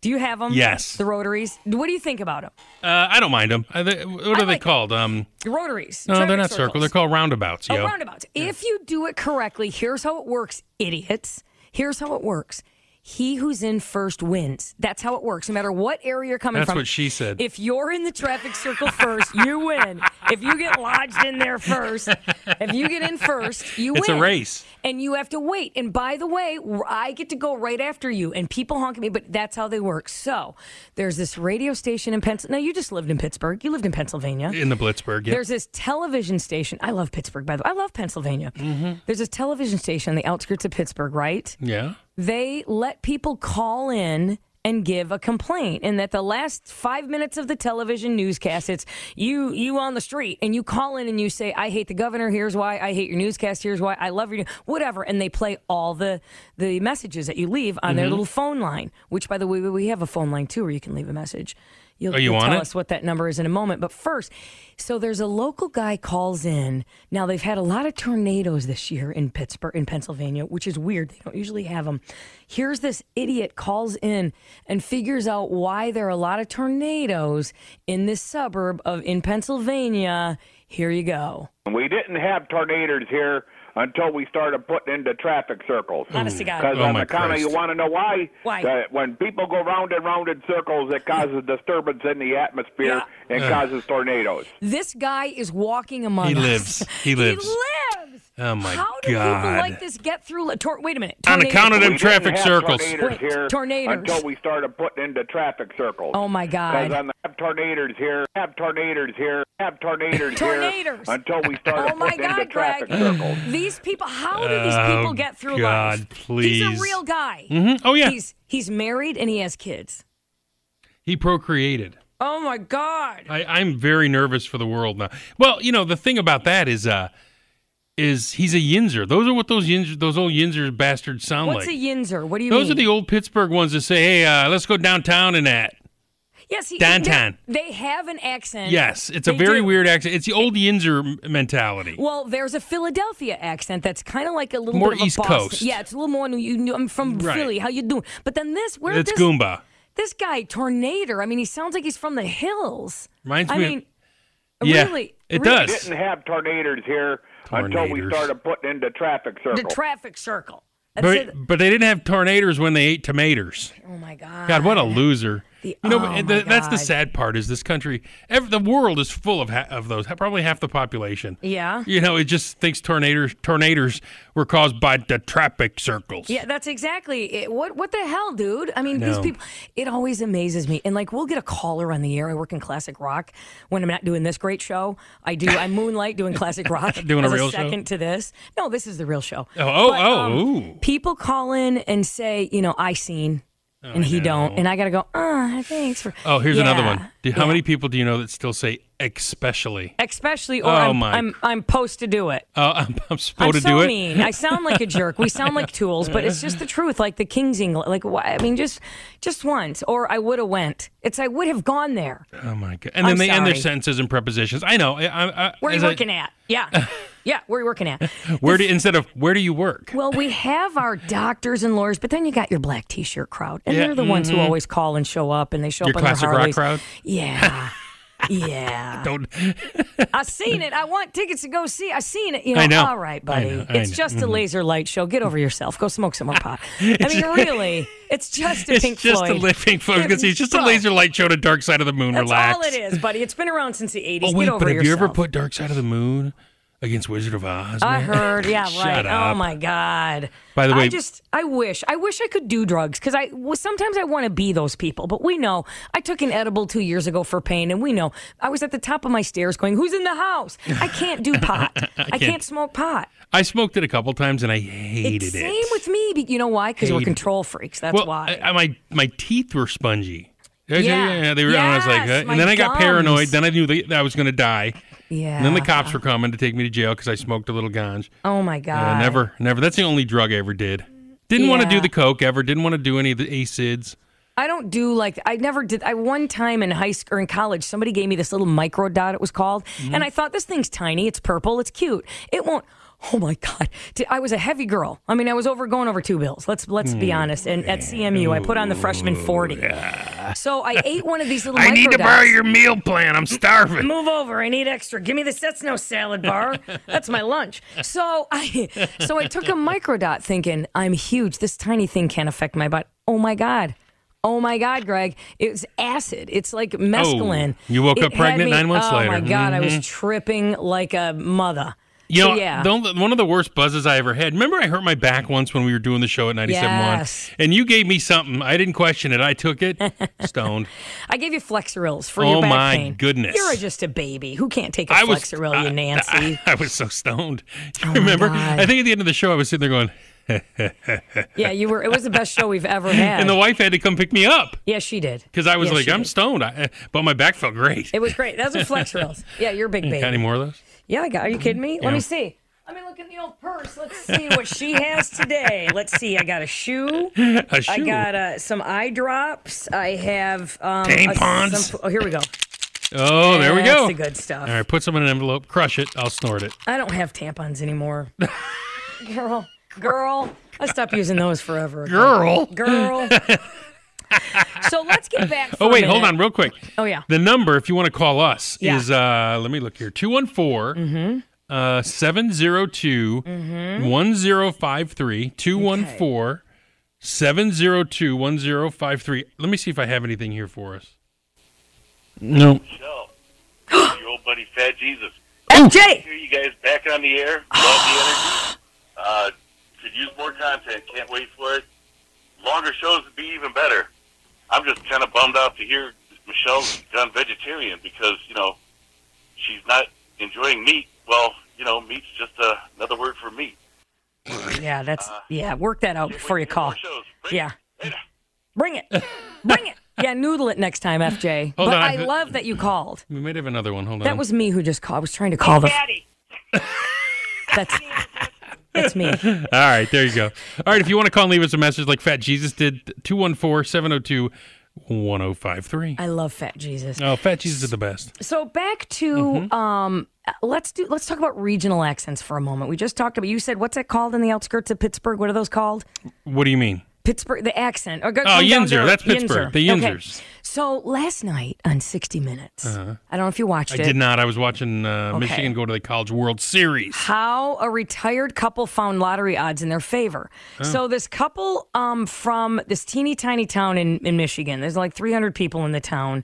Speaker 1: Do you have them?
Speaker 2: Yes.
Speaker 1: The rotaries. What do you think about them?
Speaker 2: Uh, I don't mind them. Uh, they- what are
Speaker 1: I
Speaker 2: they
Speaker 1: like 'em.
Speaker 2: called? Um,
Speaker 1: Rotaries.
Speaker 2: no,
Speaker 1: traffic
Speaker 2: they're not circle.
Speaker 1: circles.
Speaker 2: They're called roundabouts.
Speaker 1: Oh,
Speaker 2: yo.
Speaker 1: roundabouts. If you do it correctly, here's how it works, idiots. Here's how it works. He who's in first wins. That's how it works. No matter what area you're coming
Speaker 2: That's
Speaker 1: from.
Speaker 2: what she said.
Speaker 1: If you're in the traffic circle first, you win. If you get lodged in there first, if you get in first, you
Speaker 2: It's a
Speaker 1: win.
Speaker 2: race.
Speaker 1: And you have to wait. And by the way, I get to go right after you. And people honk at me, but that's how they work. So there's this radio station in Pennsylvania. Now, you just lived in Pittsburgh. You lived in Pennsylvania.
Speaker 2: in the Blitzburg. Yeah.
Speaker 1: There's this television station. I love Pittsburgh, by the way. I love Pennsylvania.
Speaker 2: Mm-hmm.
Speaker 1: There's this television station on the outskirts of Pittsburgh, right?
Speaker 2: yeah.
Speaker 1: They let people call in and give a complaint and that the last 5 minutes of the television newscast it's you you on the street and you call in and you say I hate the governor here's why I hate your newscast here's why I love your new-" whatever and they play all the the messages that you leave on
Speaker 2: Mm-hmm.
Speaker 1: their little phone line which by the way we have a phone line too where you can leave a message You'll,
Speaker 2: Are Oh, you
Speaker 1: you'll
Speaker 2: on
Speaker 1: tell
Speaker 2: it?
Speaker 1: us what that number is in a moment. But first, so there's a local guy calls in. Now they've had a lot of tornadoes this year in Pittsburgh, in Pennsylvania, which is weird. They don't usually have them. Here's this idiot calls in and figures out why there are a lot of tornadoes in this suburb of in Pennsylvania. Here you go.
Speaker 9: We didn't have tornadoes here until we started putting into traffic circles.
Speaker 1: Honest to God.
Speaker 9: Because
Speaker 2: Oh,
Speaker 9: on
Speaker 2: my
Speaker 9: the counter,
Speaker 2: Christ.
Speaker 9: you want to know why?
Speaker 1: Why?
Speaker 9: That when people go round and round in circles, it causes disturbance in the atmosphere
Speaker 1: Yeah.
Speaker 9: and causes tornadoes.
Speaker 1: This guy is walking among
Speaker 2: He
Speaker 1: us.
Speaker 2: lives.
Speaker 1: (laughs)
Speaker 2: He lives.
Speaker 1: lives.
Speaker 2: Oh, my
Speaker 1: How do people
Speaker 2: God.
Speaker 1: like this get through? li- Tor- wait a minute.
Speaker 2: On account
Speaker 1: Tornado.
Speaker 2: of them
Speaker 9: We
Speaker 2: traffic
Speaker 9: didn't have
Speaker 2: circles.
Speaker 9: Tornadoes
Speaker 1: Wait,
Speaker 9: here
Speaker 1: tornadoes.
Speaker 9: Until we started putting into traffic circles.
Speaker 1: Oh my God.
Speaker 9: Because on the have tornadoes here, have tornadoes here, have tornadoes here.
Speaker 1: Tornadoes.
Speaker 9: Until we started (laughs)
Speaker 1: Oh my
Speaker 9: putting into
Speaker 1: God,
Speaker 9: traffic
Speaker 1: Greg!
Speaker 9: circles.
Speaker 1: These people, how do these people get through
Speaker 2: Oh, God,
Speaker 1: life? He's
Speaker 2: please.
Speaker 1: a real guy.
Speaker 2: Oh yeah,
Speaker 1: He's he's married and he has kids.
Speaker 2: he procreated.
Speaker 1: Oh my God!
Speaker 2: I, I'm very nervous for the world now. Well, you know the thing about that is, uh, is he's a yinzer. Those are what those yinzer, those old yinzer bastards sound
Speaker 1: What's
Speaker 2: like.
Speaker 1: a yinzer? What do you
Speaker 2: Oh those
Speaker 1: mean?
Speaker 2: are the old Pittsburgh ones that say, "Hey, uh, let's go downtown and that."
Speaker 1: yes, he,
Speaker 2: downtown.
Speaker 1: They, they have an accent.
Speaker 2: Yes, it's a
Speaker 1: They
Speaker 2: very
Speaker 1: do.
Speaker 2: weird accent. It's the old yinzer m- mentality.
Speaker 1: Well, there's a Philadelphia accent that's kind of like a little
Speaker 2: More
Speaker 1: bit of a
Speaker 2: East
Speaker 1: Boston.
Speaker 2: Coast.
Speaker 1: Yeah, it's a little more. You, know, I'm from
Speaker 2: Right.
Speaker 1: Philly. How you doing? But then this, where
Speaker 2: it's
Speaker 1: this
Speaker 2: Goomba.
Speaker 1: this guy Tornado? I mean, he sounds like he's from the hills.
Speaker 2: Reminds
Speaker 1: I
Speaker 2: me of-
Speaker 1: mean,
Speaker 2: Yeah,
Speaker 1: really,
Speaker 2: it
Speaker 1: really-
Speaker 2: does.
Speaker 9: didn't have tornadoes here until we
Speaker 2: Tornadoes.
Speaker 9: started putting into traffic
Speaker 1: The
Speaker 9: circles.
Speaker 1: traffic circle. That's
Speaker 2: But,
Speaker 1: it.
Speaker 2: but they didn't have tornadoes when they ate tomatoes.
Speaker 1: Oh my God!
Speaker 2: God, what a loser!
Speaker 1: The-
Speaker 2: you know,
Speaker 1: oh
Speaker 2: and
Speaker 1: my
Speaker 2: the- that's the
Speaker 1: God.
Speaker 2: sad part is this country, ev the world is full of ha- of those. Probably half the population.
Speaker 1: Yeah.
Speaker 2: You know, it just thinks tornadoes tornadoes were caused by the traffic circles.
Speaker 1: Yeah, that's exactly it. What what the hell, dude? I mean, these
Speaker 2: know.
Speaker 1: people. It always amazes me. And like, we'll get a caller on the air. I work in classic rock. When I'm not doing this great show, I do. I moonlight doing
Speaker 2: (laughs)
Speaker 1: classic rock.
Speaker 2: Doing a
Speaker 1: as
Speaker 2: real show?
Speaker 1: second to this. No, this is the real show.
Speaker 2: Oh, oh,
Speaker 1: But,
Speaker 2: oh,
Speaker 1: um,
Speaker 2: ooh.
Speaker 1: People call in and say, you know, I seen. and he don't, and I gotta go. Ah, thanks for.
Speaker 2: Oh, here's another
Speaker 1: Yeah,
Speaker 2: one. Do, how
Speaker 1: yeah.
Speaker 2: many people do you know that still say especially?
Speaker 1: Especially, or
Speaker 2: Oh,
Speaker 1: I'm,
Speaker 2: my-
Speaker 1: I'm I'm post to do it.
Speaker 2: Oh, (laughs) I'm, I'm supposed
Speaker 1: I'm
Speaker 2: to
Speaker 1: so
Speaker 2: do it.
Speaker 1: mean. I sound like a jerk. We sound like tools, but it's just the truth. Like the King's England. Like why? I mean, just just once, or I would have went. It's I would have gone there.
Speaker 2: Oh my god! And
Speaker 1: I'm
Speaker 2: then they end their
Speaker 1: sorry.
Speaker 2: sentences and prepositions. I know. I, I, I,
Speaker 1: Where are you
Speaker 2: as I-
Speaker 1: working at? Yeah, yeah. Where are you working at?
Speaker 2: Where do instead of where do you work?
Speaker 1: Well, we have our doctors and lawyers, but then you got your black T-shirt crowd, and
Speaker 2: Yeah, Mm-hmm.
Speaker 1: they're the ones who always call and show up, and they show
Speaker 2: Your
Speaker 1: up on their
Speaker 2: classic rock
Speaker 1: Harleys.
Speaker 2: crowd? (laughs)
Speaker 1: Yeah. Yeah,
Speaker 2: Don't.
Speaker 1: I seen it. I want tickets to go see. I seen it. You know,
Speaker 2: I know.
Speaker 1: all right,
Speaker 2: I
Speaker 1: buddy.
Speaker 2: know, I
Speaker 1: it's
Speaker 2: know. Mm-hmm.
Speaker 1: just a laser light show. Get over yourself. Go smoke some more
Speaker 2: (laughs)
Speaker 1: pot. I mean, really, it's just a
Speaker 2: It's
Speaker 1: Pink
Speaker 2: just
Speaker 1: Floyd.
Speaker 2: a li- Pink Floyd. I was gonna say, It's just a
Speaker 1: Bro.
Speaker 2: laser light show to Dark Side of the Moon.
Speaker 1: That's
Speaker 2: Relax.
Speaker 1: all it is, buddy. It's been around since the 80s.
Speaker 2: Oh wait,
Speaker 1: Get over
Speaker 2: but have
Speaker 1: yourself.
Speaker 2: you ever put Dark Side of the Moon against Wizard of Oz? (laughs)
Speaker 1: I
Speaker 2: man?
Speaker 1: heard, yeah,
Speaker 2: Shut
Speaker 1: right. Oh
Speaker 2: up.
Speaker 1: my God.
Speaker 2: By the way-
Speaker 1: I just, I wish, I wish I could do drugs because I well, sometimes I want to be those people, but we know I took an edible two years ago for pain, and we know I was at the top of my stairs going, "Who's in the house?" I can't
Speaker 2: (laughs)
Speaker 1: do pot. I, can't.
Speaker 2: can't.
Speaker 1: smoke pot.
Speaker 2: I smoked it a couple times and I hated it.
Speaker 1: Same with me, but you know why? Because we're
Speaker 2: Hated it.
Speaker 1: control freaks. That's
Speaker 2: well,
Speaker 1: why.
Speaker 2: I, I- my my teeth were spongy. Yeah,
Speaker 1: Yeah.
Speaker 2: they were. and I was like,
Speaker 1: Yes,
Speaker 2: uh,
Speaker 1: my
Speaker 2: and then I got
Speaker 1: gums.
Speaker 2: paranoid. Then I knew that that I was going to die.
Speaker 1: yeah.
Speaker 2: And then the cops were coming to take me to jail because I smoked a little ganj.
Speaker 1: Oh my God.
Speaker 2: Uh, never, never. That's the only drug I ever did. Didn't want to
Speaker 1: Yeah.
Speaker 2: do the coke ever. Didn't want to do any of the acids.
Speaker 1: I don't do like I never did. I one time in high school or in college, somebody gave me this little micro dot. It was called, and I thought this thing's tiny. It's purple. It's cute. It won't. Oh my god! T- I was a heavy girl. I mean, I was over going over two bills. Let's let's be honest. And at CMU, I put on the freshman forty. So I ate one of these
Speaker 2: (laughs)
Speaker 1: little. microdots.
Speaker 2: meal plan. I'm starving.
Speaker 1: Move over. I need extra. Give me this. That's no salad bar. That's my lunch. So I so I took a microdot thinking I'm huge. This tiny thing can't affect my body. Oh my God. Oh my God, Greg. It's acid. It's like mescaline.
Speaker 2: Oh, you woke
Speaker 1: It
Speaker 2: up pregnant
Speaker 1: had me-
Speaker 2: nine months
Speaker 1: oh my
Speaker 2: later. Mm-hmm.
Speaker 1: God. I was tripping like a mother.
Speaker 2: You
Speaker 1: So
Speaker 2: know,
Speaker 1: yeah.
Speaker 2: the only- one of the worst buzzes I ever had. Remember, I hurt my back once when we were doing the show at 97.1?
Speaker 1: Yes.
Speaker 2: And you gave me something. I didn't question it. I
Speaker 1: (laughs)
Speaker 2: took it, stoned.
Speaker 1: I gave you Flexerils for
Speaker 2: Oh
Speaker 1: your back
Speaker 2: my
Speaker 1: pain.
Speaker 2: goodness.
Speaker 1: You're just a baby. Who can't take a
Speaker 2: I was
Speaker 1: Flexeril, you
Speaker 2: (laughs) I-
Speaker 1: Nancy?
Speaker 2: I, I was so stoned. You remember?
Speaker 1: Oh God.
Speaker 2: I think at the end of the show, I was sitting there going,
Speaker 1: yeah, you were. It was the best show we've
Speaker 2: (laughs)
Speaker 1: ever had.
Speaker 2: And the wife had to come pick me up
Speaker 1: yeah, she did.
Speaker 2: because I was
Speaker 1: Yeah,
Speaker 2: like,
Speaker 1: she
Speaker 2: I'm
Speaker 1: did.
Speaker 2: stoned. I, but my back felt great.
Speaker 1: It was great. That was a flex
Speaker 2: (laughs)
Speaker 1: reels. Yeah, you're a big
Speaker 2: Got
Speaker 1: baby.
Speaker 2: any more of those?
Speaker 1: Yeah, I got. Are you kidding me? Let
Speaker 2: Yeah.
Speaker 1: me see. Let me look in the old purse. Let's see what she has today. Let's see. I got a shoe.
Speaker 2: (laughs) A shoe.
Speaker 1: I got uh, some eye drops. I have um,
Speaker 2: Tampons.
Speaker 1: a- some- oh, here we go.
Speaker 2: oh, there we
Speaker 1: That's
Speaker 2: go.
Speaker 1: the good Oh, stuff.
Speaker 2: All right, put some in an envelope, crush it. I'll
Speaker 1: (laughs)
Speaker 2: snort it.
Speaker 1: I don't have tampons
Speaker 2: (laughs)
Speaker 1: anymore. girl, girl, I stopped using those forever. ago.
Speaker 2: Girl. (laughs)
Speaker 1: girl. so let's get back. for
Speaker 2: Oh,
Speaker 1: a
Speaker 2: wait, hold
Speaker 1: minute.
Speaker 2: on, real quick.
Speaker 1: Oh yeah.
Speaker 2: The number, if you want to call us,
Speaker 1: Yeah. Mm-hmm.
Speaker 2: is uh let me look here. 214 uh 702 1053 214 702 1053. Let me see if I have anything here for us. No.
Speaker 10: Michelle. (gasps) Your old buddy Fat Jesus.
Speaker 1: FJ.
Speaker 10: Hear you guys back on the air. Love the energy. Uh, could use more content. Can't wait for it. Longer shows would be even better. I'm just kind of bummed out to hear Michelle's gone vegetarian because, you know, she's not enjoying meat. Well, you know, meat's just uh, another word for meat.
Speaker 1: Yeah, that's yeah. Work that out before you call.
Speaker 10: Shows.
Speaker 1: Yeah. Bring it. Bring it. Yeah, noodle it next time, FJ. but
Speaker 2: on,
Speaker 1: I
Speaker 2: I-
Speaker 1: love that you called.
Speaker 2: We might have another one. Hold on.
Speaker 1: That was me who just called. I was trying to call the. (laughs) That's that's me.
Speaker 2: All right, there you go. All right, if you want to call and leave us a message like Fat Jesus did, 214 702 1053.
Speaker 1: I love Fat Jesus.
Speaker 2: Oh, Fat Jesus is the best.
Speaker 1: So back to
Speaker 2: Mm-hmm.
Speaker 1: um, let's do let's talk about regional accents for a moment. We just talked about you said what's that called in the outskirts of Pittsburgh? What are those called?
Speaker 2: What do you mean?
Speaker 1: Pittsburgh, the accent. Or go-
Speaker 2: Oh,
Speaker 1: come down
Speaker 2: Yinzer.
Speaker 1: to-
Speaker 2: That's Pittsburgh. The
Speaker 1: Okay.
Speaker 2: Yinzers.
Speaker 1: So last night on 60 Minutes, I don't know if you watched
Speaker 2: Uh-huh. I
Speaker 1: it.
Speaker 2: did not. I was watching uh,
Speaker 1: Okay.
Speaker 2: Michigan go to the College World Series.
Speaker 1: how a retired couple found lottery odds in their favor. So this couple um, from this teeny tiny town in, in Michigan, there's like 300 people in the town,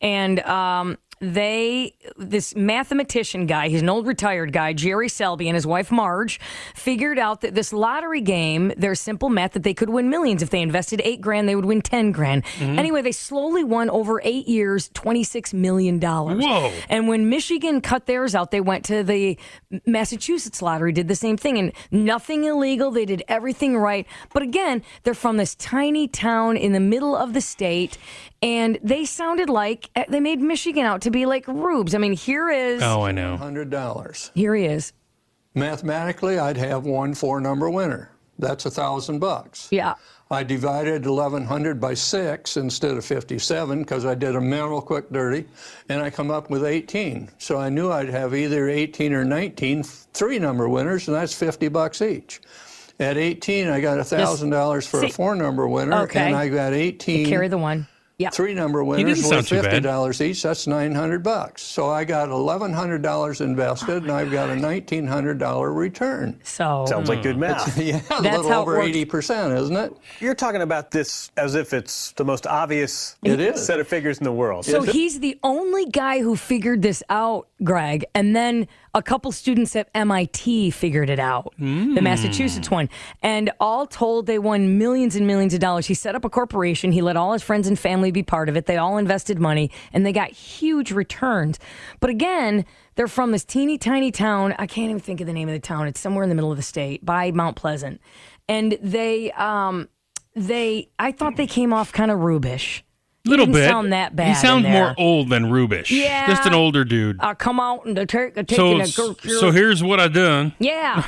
Speaker 1: and um, they this mathematician guy, he's an old retired guy, Jerry Selby, and his wife Marge, figured out that this lottery game, their simple math, that they could win millions if they invested eight grand, they would win ten grand. Anyway, they slowly won over eight years, twenty six million dollars.
Speaker 2: Whoa.
Speaker 1: And when Michigan cut theirs out, they went to the Massachusetts lottery, did the same thing, and nothing illegal. They did everything right. But again, they're from this tiny town in the middle of the state, and they sounded like eh, they made Michigan out to be like rubes. I mean, here is
Speaker 2: Oh, I know.
Speaker 11: $100.
Speaker 1: here he is.
Speaker 11: Mathematically, I'd have one four number winner. That's a thousand bucks.
Speaker 1: Yeah.
Speaker 11: I divided 1100 by 6 instead of 57 because I did a mental quick dirty and I come up with 18. So I knew I'd have either 18 or 19 three number winners and that's 50 bucks each. At 18 I got $1000 for
Speaker 1: See-
Speaker 11: a four number winner
Speaker 1: Okay.
Speaker 11: and I got 18
Speaker 1: Carry the one. Yeah.
Speaker 11: Three number
Speaker 2: didn't
Speaker 11: winners
Speaker 2: sound
Speaker 11: worth
Speaker 2: too
Speaker 11: fifty
Speaker 2: bad.
Speaker 11: dollars each. That's nine hundred bucks. So I got eleven hundred dollars invested, and I've got a nineteen hundred dollar return.
Speaker 1: So
Speaker 12: Sounds like good math.
Speaker 11: (laughs) Yeah, a
Speaker 1: That's
Speaker 11: little
Speaker 1: how it
Speaker 11: over
Speaker 1: works.
Speaker 11: eighty percent, isn't it?
Speaker 12: You're talking about this as if it's the most obvious
Speaker 11: It is.
Speaker 12: set of figures in the world.
Speaker 1: So he's the only guy who figured this out, Greg. And then a couple students at MIT figured it out, the Massachusetts one. And all told, they won millions and millions of dollars. He set up a corporation. He let all his friends and family be part of it. They all invested money and they got huge returns. But again, they're from this teeny tiny town. I can't even think of the name of the town. It's somewhere in the middle of the state by Mount Pleasant. And they, um, they, I thought they came off kind of rubish. He
Speaker 2: little
Speaker 1: didn't
Speaker 2: bit.
Speaker 1: Sound that bad?
Speaker 2: He
Speaker 1: in
Speaker 2: sounds
Speaker 1: there.
Speaker 2: more old than Rubish.
Speaker 1: Yeah.
Speaker 2: Just an older dude.
Speaker 1: I come out and I take I take
Speaker 2: so,
Speaker 1: it, I go-
Speaker 2: so here's what I done. (laughs)
Speaker 1: yeah.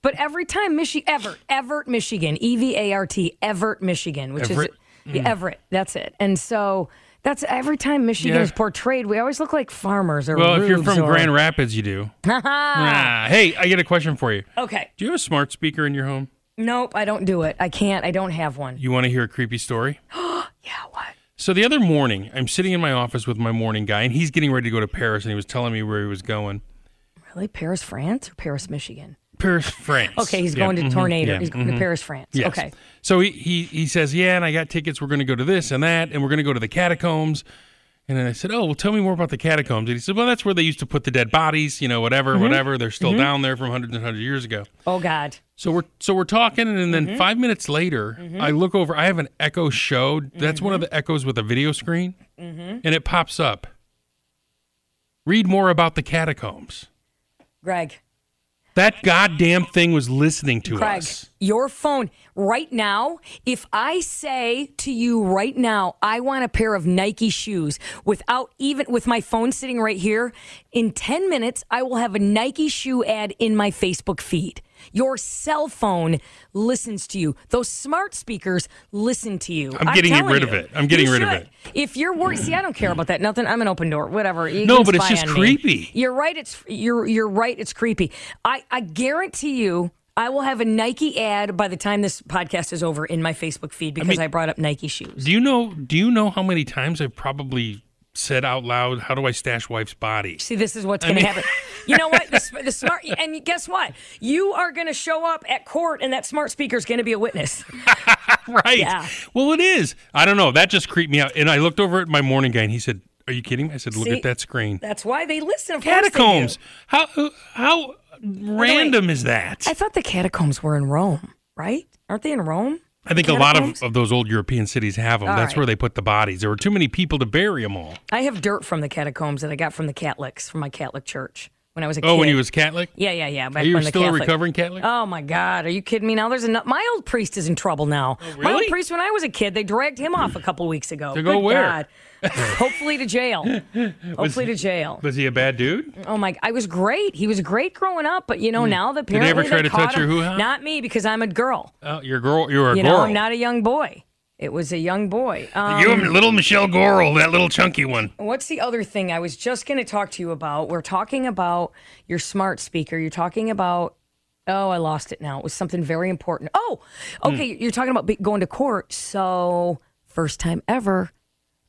Speaker 1: But every time Michi Everett, Everett, Michigan, E V A R T, Everett, Michigan, which
Speaker 2: Everett? Mm.
Speaker 1: is yeah, Everett. That's it. And so that's every time Michigan
Speaker 2: Yeah.
Speaker 1: is portrayed, we always look like farmers or
Speaker 2: Well, if you're
Speaker 1: rubes
Speaker 2: from
Speaker 1: or-
Speaker 2: Grand Rapids,
Speaker 1: (laughs)
Speaker 2: you do. Ah, hey, I get a question for you.
Speaker 1: Okay.
Speaker 2: Do you have a smart speaker in your home?
Speaker 1: Nope, I don't do it. I can't. I don't have one.
Speaker 2: You want to hear a creepy story?
Speaker 1: Yeah, what?
Speaker 2: So the other morning, I'm sitting in my office with my morning guy, and he's getting ready to go to Paris, and he was telling me where he was going.
Speaker 1: Really? Paris, France or Paris, Michigan?
Speaker 2: Paris, France.
Speaker 1: Okay, he's
Speaker 2: Yeah,
Speaker 1: going to
Speaker 2: mhm,
Speaker 1: Tornado.
Speaker 2: yeah,
Speaker 1: he's going
Speaker 2: mhm.
Speaker 1: to Paris, France.
Speaker 2: Yes.
Speaker 1: Okay.
Speaker 2: So he, he he says, yeah, and I got tickets. We're going to go to this and that, and we're going to go to the catacombs. And then I said, oh, well, tell me more about the catacombs. And he said, well, that's where they used to put the dead bodies. You know, whatever,
Speaker 1: Mm-hmm.
Speaker 2: whatever. They're still down there from hundreds and hundreds of years ago.
Speaker 1: Oh God.
Speaker 2: So we're so we're talking, and
Speaker 1: Mm-hmm.
Speaker 2: then five minutes later, I look over. I have an Echo Show. That's one of
Speaker 1: Mm-hmm.
Speaker 2: the Echoes with a video screen, and it pops up. Read more about the catacombs.
Speaker 1: Greg.
Speaker 2: That goddamn thing was listening to
Speaker 1: Craig,
Speaker 2: us.
Speaker 1: your phone right now. If I say to you right now, I want a pair of Nike shoes without even with my phone sitting right here, in 10 minutes, I will have a Nike shoe ad in my Facebook feed. Your cell phone listens to you. Those smart speakers listen to you.
Speaker 2: I'm getting
Speaker 1: telling
Speaker 2: rid of
Speaker 1: you.
Speaker 2: it. I'm getting
Speaker 1: You
Speaker 2: rid of
Speaker 1: should.
Speaker 2: it.
Speaker 1: If you're worried, see, I don't care about that. Nothing. I'm an open door. Whatever. You
Speaker 2: No,
Speaker 1: can
Speaker 2: but it's
Speaker 1: spy
Speaker 2: just
Speaker 1: on me.
Speaker 2: creepy.
Speaker 1: You're right. It's you're you're right. It's creepy. I I guarantee you, I will have a Nike ad by the time this podcast is over in my Facebook feed because I, brought up Nike shoes.
Speaker 2: Do you know? Do you know how many times I've probably said out loud, "How do I stash
Speaker 1: (laughs)
Speaker 2: wife's body?"
Speaker 1: See, this is what's
Speaker 2: I
Speaker 1: going to
Speaker 2: mean-
Speaker 1: happen. You know what? The, sm- the smart and guess what? You are going to show up at court, and that smart speaker is going to be a witness.
Speaker 2: right.
Speaker 1: Yeah.
Speaker 2: Well, it is. I don't know. That just creeped me out. And I looked over at my morning guy, and he said, "Are you kidding?" I said, "Look
Speaker 1: See?
Speaker 2: at that screen."
Speaker 1: That's why they listen. Of course they do.
Speaker 2: Catacombs. How how random is that?
Speaker 1: I thought the catacombs were in Rome, right? Aren't they in Rome?
Speaker 2: I think a lot of, of those old European cities have them.
Speaker 1: All
Speaker 2: That's
Speaker 1: right.
Speaker 2: where they put the bodies. There were too many people to bury them all.
Speaker 1: I have dirt from the catacombs that I got from the Catholics from my Catholic church when I was a kid.
Speaker 2: Oh, when he was Catholic.
Speaker 1: Yeah, yeah, yeah. Back
Speaker 2: you
Speaker 1: when
Speaker 2: were
Speaker 1: the
Speaker 2: still a
Speaker 1: Catholic-
Speaker 2: recovering Catholic?
Speaker 1: Oh my God, are you kidding me? Now there's a my old priest is in trouble now. My old
Speaker 2: Oh, really?
Speaker 1: priest, when I was a kid, they dragged him off a couple weeks ago.
Speaker 2: To go
Speaker 1: Good
Speaker 2: where? (laughs)
Speaker 1: God. Hopefully to jail. Hopefully to jail.
Speaker 2: Was he a bad dude?
Speaker 1: Oh my! I was great. He was great growing up, but you know now that
Speaker 2: Hmm. Did they
Speaker 1: apparently
Speaker 2: ever try to
Speaker 1: caught
Speaker 2: touch
Speaker 1: him.
Speaker 2: your hoo-ha?
Speaker 1: Not me because I'm a girl.
Speaker 2: Oh, you're a girl. You're a
Speaker 1: you
Speaker 2: girl.
Speaker 1: know, I'm not a young boy. It was a young boy. Um,
Speaker 2: you and little Michelle Gorel, that little chunky one.
Speaker 1: What's the other thing I was just going to talk to you about? We're talking about your smart speaker. You're talking about, oh, I lost it now. It was something very important. Oh, okay. You're talking about be- going to court. So, first time ever,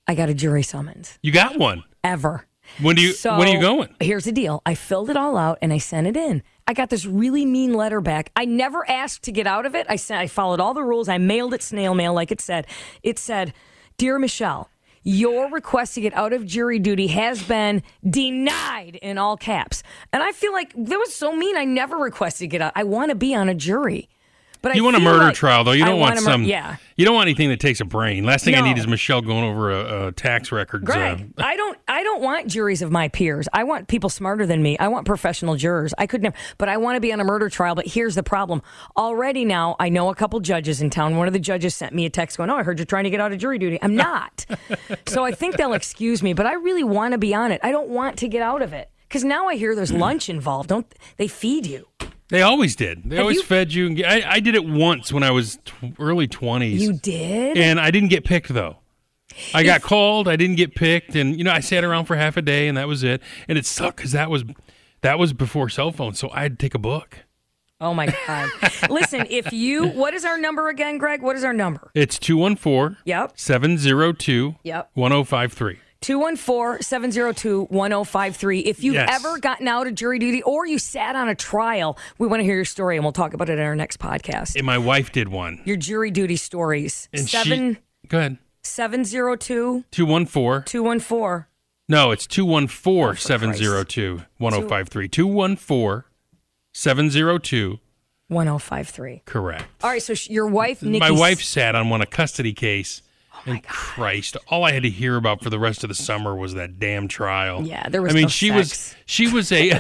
Speaker 1: I got a jury summons.
Speaker 2: You got one.
Speaker 1: Ever.
Speaker 2: When do you
Speaker 1: So,
Speaker 2: when are you going?
Speaker 1: Here's the deal. I filled it all out and I sent it in. I got this really mean letter back. I never asked to get out of it. I sent I followed all the rules. I mailed it snail mail like it said. It said, "Dear Michelle, your request to get out of jury duty has been denied in all caps." And I feel like that was so mean. I never requested to get out. I want to be on a jury. But
Speaker 2: you
Speaker 1: I
Speaker 2: want a
Speaker 1: feel
Speaker 2: murder
Speaker 1: like
Speaker 2: trial though. You
Speaker 1: I
Speaker 2: don't want
Speaker 1: a mur-
Speaker 2: some.
Speaker 1: Yeah.
Speaker 2: You don't want anything that takes a brain. Last thing I need
Speaker 1: No.
Speaker 2: is Michelle going over a, a tax uh, record.
Speaker 1: Greg, I don't I don't want juries of my peers. I want people smarter than me. I want professional jurors. I could never but I want to be on a murder trial, but here's the problem. Already now I know a couple judges in town. One of the judges sent me a text going, "Oh, I heard you're trying to get out of jury duty." I'm not. so I think they'll excuse me, but I really want to be on it. I don't want to get out of it cuz now I hear there's lunch involved. Don't they feed you?
Speaker 2: They always did. They
Speaker 1: Have
Speaker 2: always
Speaker 1: you-
Speaker 2: fed you. And get, I, I did it once when I was tw early twenties.
Speaker 1: You did?
Speaker 2: and I didn't get picked though. I got
Speaker 1: If-
Speaker 2: called. I didn't get picked, and you know I sat around for half a day, and that was it. And it sucked because that was that was before cell phones, so I'd take a book.
Speaker 1: Oh my god. Listen, if you what is our number again, Greg? What is our number?
Speaker 2: It's 214
Speaker 1: Yep.
Speaker 2: 702
Speaker 1: Yep.
Speaker 2: 1053.
Speaker 1: 214-702-1053 if you've
Speaker 2: Yes.
Speaker 1: ever gotten out of jury duty or you sat on a trial we want to hear your story and we'll talk about it in our next podcast
Speaker 2: And my wife did one.
Speaker 1: your jury duty stories
Speaker 2: And
Speaker 1: Seven
Speaker 2: she. Go ahead.
Speaker 1: seven zero two
Speaker 2: 214.
Speaker 1: two one four.
Speaker 2: No, it's
Speaker 1: Oh,
Speaker 2: 214 702 1053. 214 702.
Speaker 1: 1053
Speaker 2: Correct.
Speaker 1: all right so sh- your wife Nikki Oh
Speaker 2: My wife sat on one, a custody case. and Christ, all I had to hear about for the rest of the summer was that damn trial.
Speaker 1: Yeah, there was
Speaker 2: I mean,
Speaker 1: no
Speaker 2: she was she
Speaker 1: (laughs)
Speaker 2: was a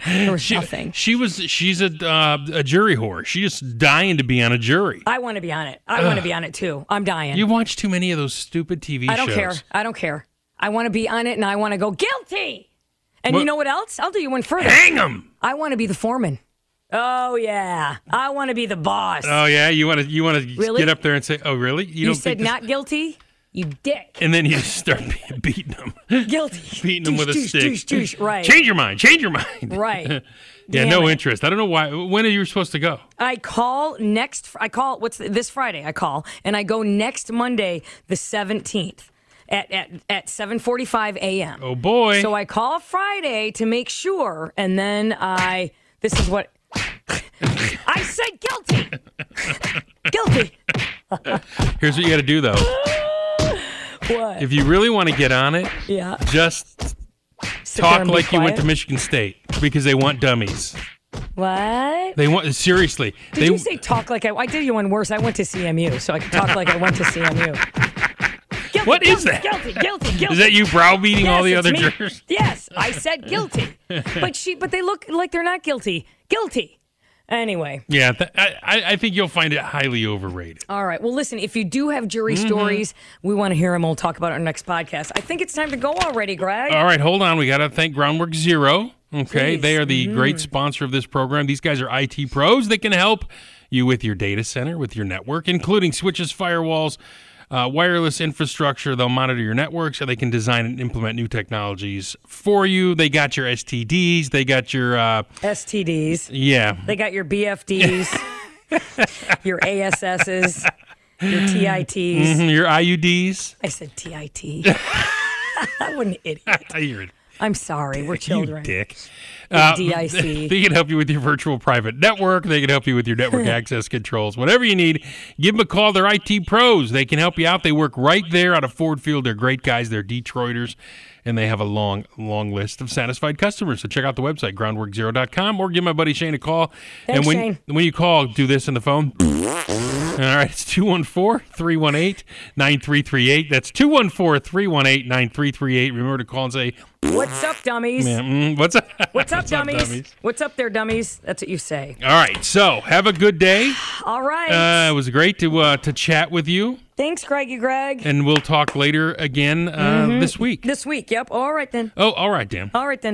Speaker 2: (laughs) there
Speaker 1: was
Speaker 2: she,
Speaker 1: nothing.
Speaker 2: She was she's a uh, a jury whore. She's just dying to be on a jury.
Speaker 1: i want to be on it i want to be on it too i'm dying
Speaker 2: You watch too many of those stupid TV shows.
Speaker 1: i don't care i don't care i want to be on it and i want to go guilty and you
Speaker 2: What-
Speaker 1: know what else i'll do you one further
Speaker 2: Hang 'em!
Speaker 1: i want to be the foreman oh yeah i want to be the boss
Speaker 2: Oh yeah, you want to you want to
Speaker 1: Really?
Speaker 2: get up there and say, "Oh really?"
Speaker 1: You,
Speaker 2: don't
Speaker 1: said
Speaker 2: think this-
Speaker 1: not guilty? You dick.
Speaker 2: (laughs) and then you just start be- (laughs) beating them,
Speaker 1: Guilty.
Speaker 2: beating them with a
Speaker 1: Douche,
Speaker 2: stick.
Speaker 1: douche, douche, douche. Right.
Speaker 2: Change your mind. Change your mind.
Speaker 1: Right.
Speaker 2: (laughs) yeah,
Speaker 1: Damn
Speaker 2: no
Speaker 1: it.
Speaker 2: interest. I don't know why. When are you supposed to go?
Speaker 1: I call next, I call, what's the, this Friday? I call and I go next Monday, the 17th. At, at, at 7.45 a.m.
Speaker 2: Oh boy.
Speaker 1: So I call Friday to make sure, and then I, this is what, I said guilty. (laughs) guilty.
Speaker 2: Here's what you got to do though.
Speaker 1: What?
Speaker 2: If you really want to get on it,
Speaker 1: yeah.
Speaker 2: just
Speaker 1: Sit there
Speaker 2: talk
Speaker 1: and be
Speaker 2: like you went
Speaker 1: quiet?
Speaker 2: to Michigan State because they want dummies.
Speaker 1: What?
Speaker 2: They want seriously.
Speaker 1: Did
Speaker 2: they
Speaker 1: you say talk like I, I did you one worse. I went to CMU, so I could talk like I went to CMU. Guilty,
Speaker 2: What
Speaker 1: guilty,
Speaker 2: is that?
Speaker 1: Guilty, guilty, guilty.
Speaker 2: Is that you browbeating all the
Speaker 1: Yes,
Speaker 2: other
Speaker 1: it's me.
Speaker 2: jurors?
Speaker 1: Yes, I said guilty. But she, but they look like they're not guilty. guilty. Anyway.
Speaker 2: Yeah, th- I, I- I think you'll find it highly overrated.
Speaker 1: All right. Well, listen, if you do have jury
Speaker 2: Mhm.
Speaker 1: stories, we want to hear them. We'll talk about it on our next podcast. I think it's time to go already, Greg.
Speaker 2: All right, hold on. We got to thank Groundwork Zero. Okay,
Speaker 1: Please.
Speaker 2: they are the
Speaker 1: Mhm.
Speaker 2: great sponsor of this program. These guys are IT pros that can help you with your data center, with your network, including switches, firewalls, uh, wireless infrastructure. They'll monitor your network so they can design and implement new technologies for you. They got your STDs. They got your uh,
Speaker 1: STDs.
Speaker 2: Yeah,
Speaker 1: They got your
Speaker 2: (laughs)
Speaker 1: BFDs, your ASSs, your TITs.
Speaker 2: Mhm, your IUDs.
Speaker 1: I said TIT. (laughs) what an idiot.
Speaker 2: You're a
Speaker 1: I'm sorry. We're children.
Speaker 2: (laughs) You Uh, dick.
Speaker 1: Big DIC.
Speaker 2: (laughs) They can help you with your virtual private network. They can help you with
Speaker 1: (laughs)
Speaker 2: your network access controls. Whatever you need, give them a call. They're IT pros. They can help you out. They work right there out of Ford Field. They're great guys. They're Detroiters. And they have a long, long list of satisfied customers. So check out the website, groundworkzero.com, or give my buddy Shane a call. and
Speaker 1: Thanks,
Speaker 2: when,
Speaker 1: Shane.
Speaker 2: when you call, do this on the phone. All right, it's 214 318 9338. That's 214 318 9338. Remember to call and say,
Speaker 1: What's up, dummies?
Speaker 2: Yeah, mm, (laughs) what's up?
Speaker 1: What's up, dummies?
Speaker 2: dummies?
Speaker 1: What's up there, dummies? That's what you say.
Speaker 2: All right. So have a good day.
Speaker 1: All right.
Speaker 2: Uh, it was great to uh, to chat with you,
Speaker 1: Thanks, Greggy Greg.
Speaker 2: and we'll talk later again uh,
Speaker 1: Mhm.
Speaker 2: this week.
Speaker 1: This week. Yep. All right, then.
Speaker 2: Oh, all right, Dan.
Speaker 1: All right, then.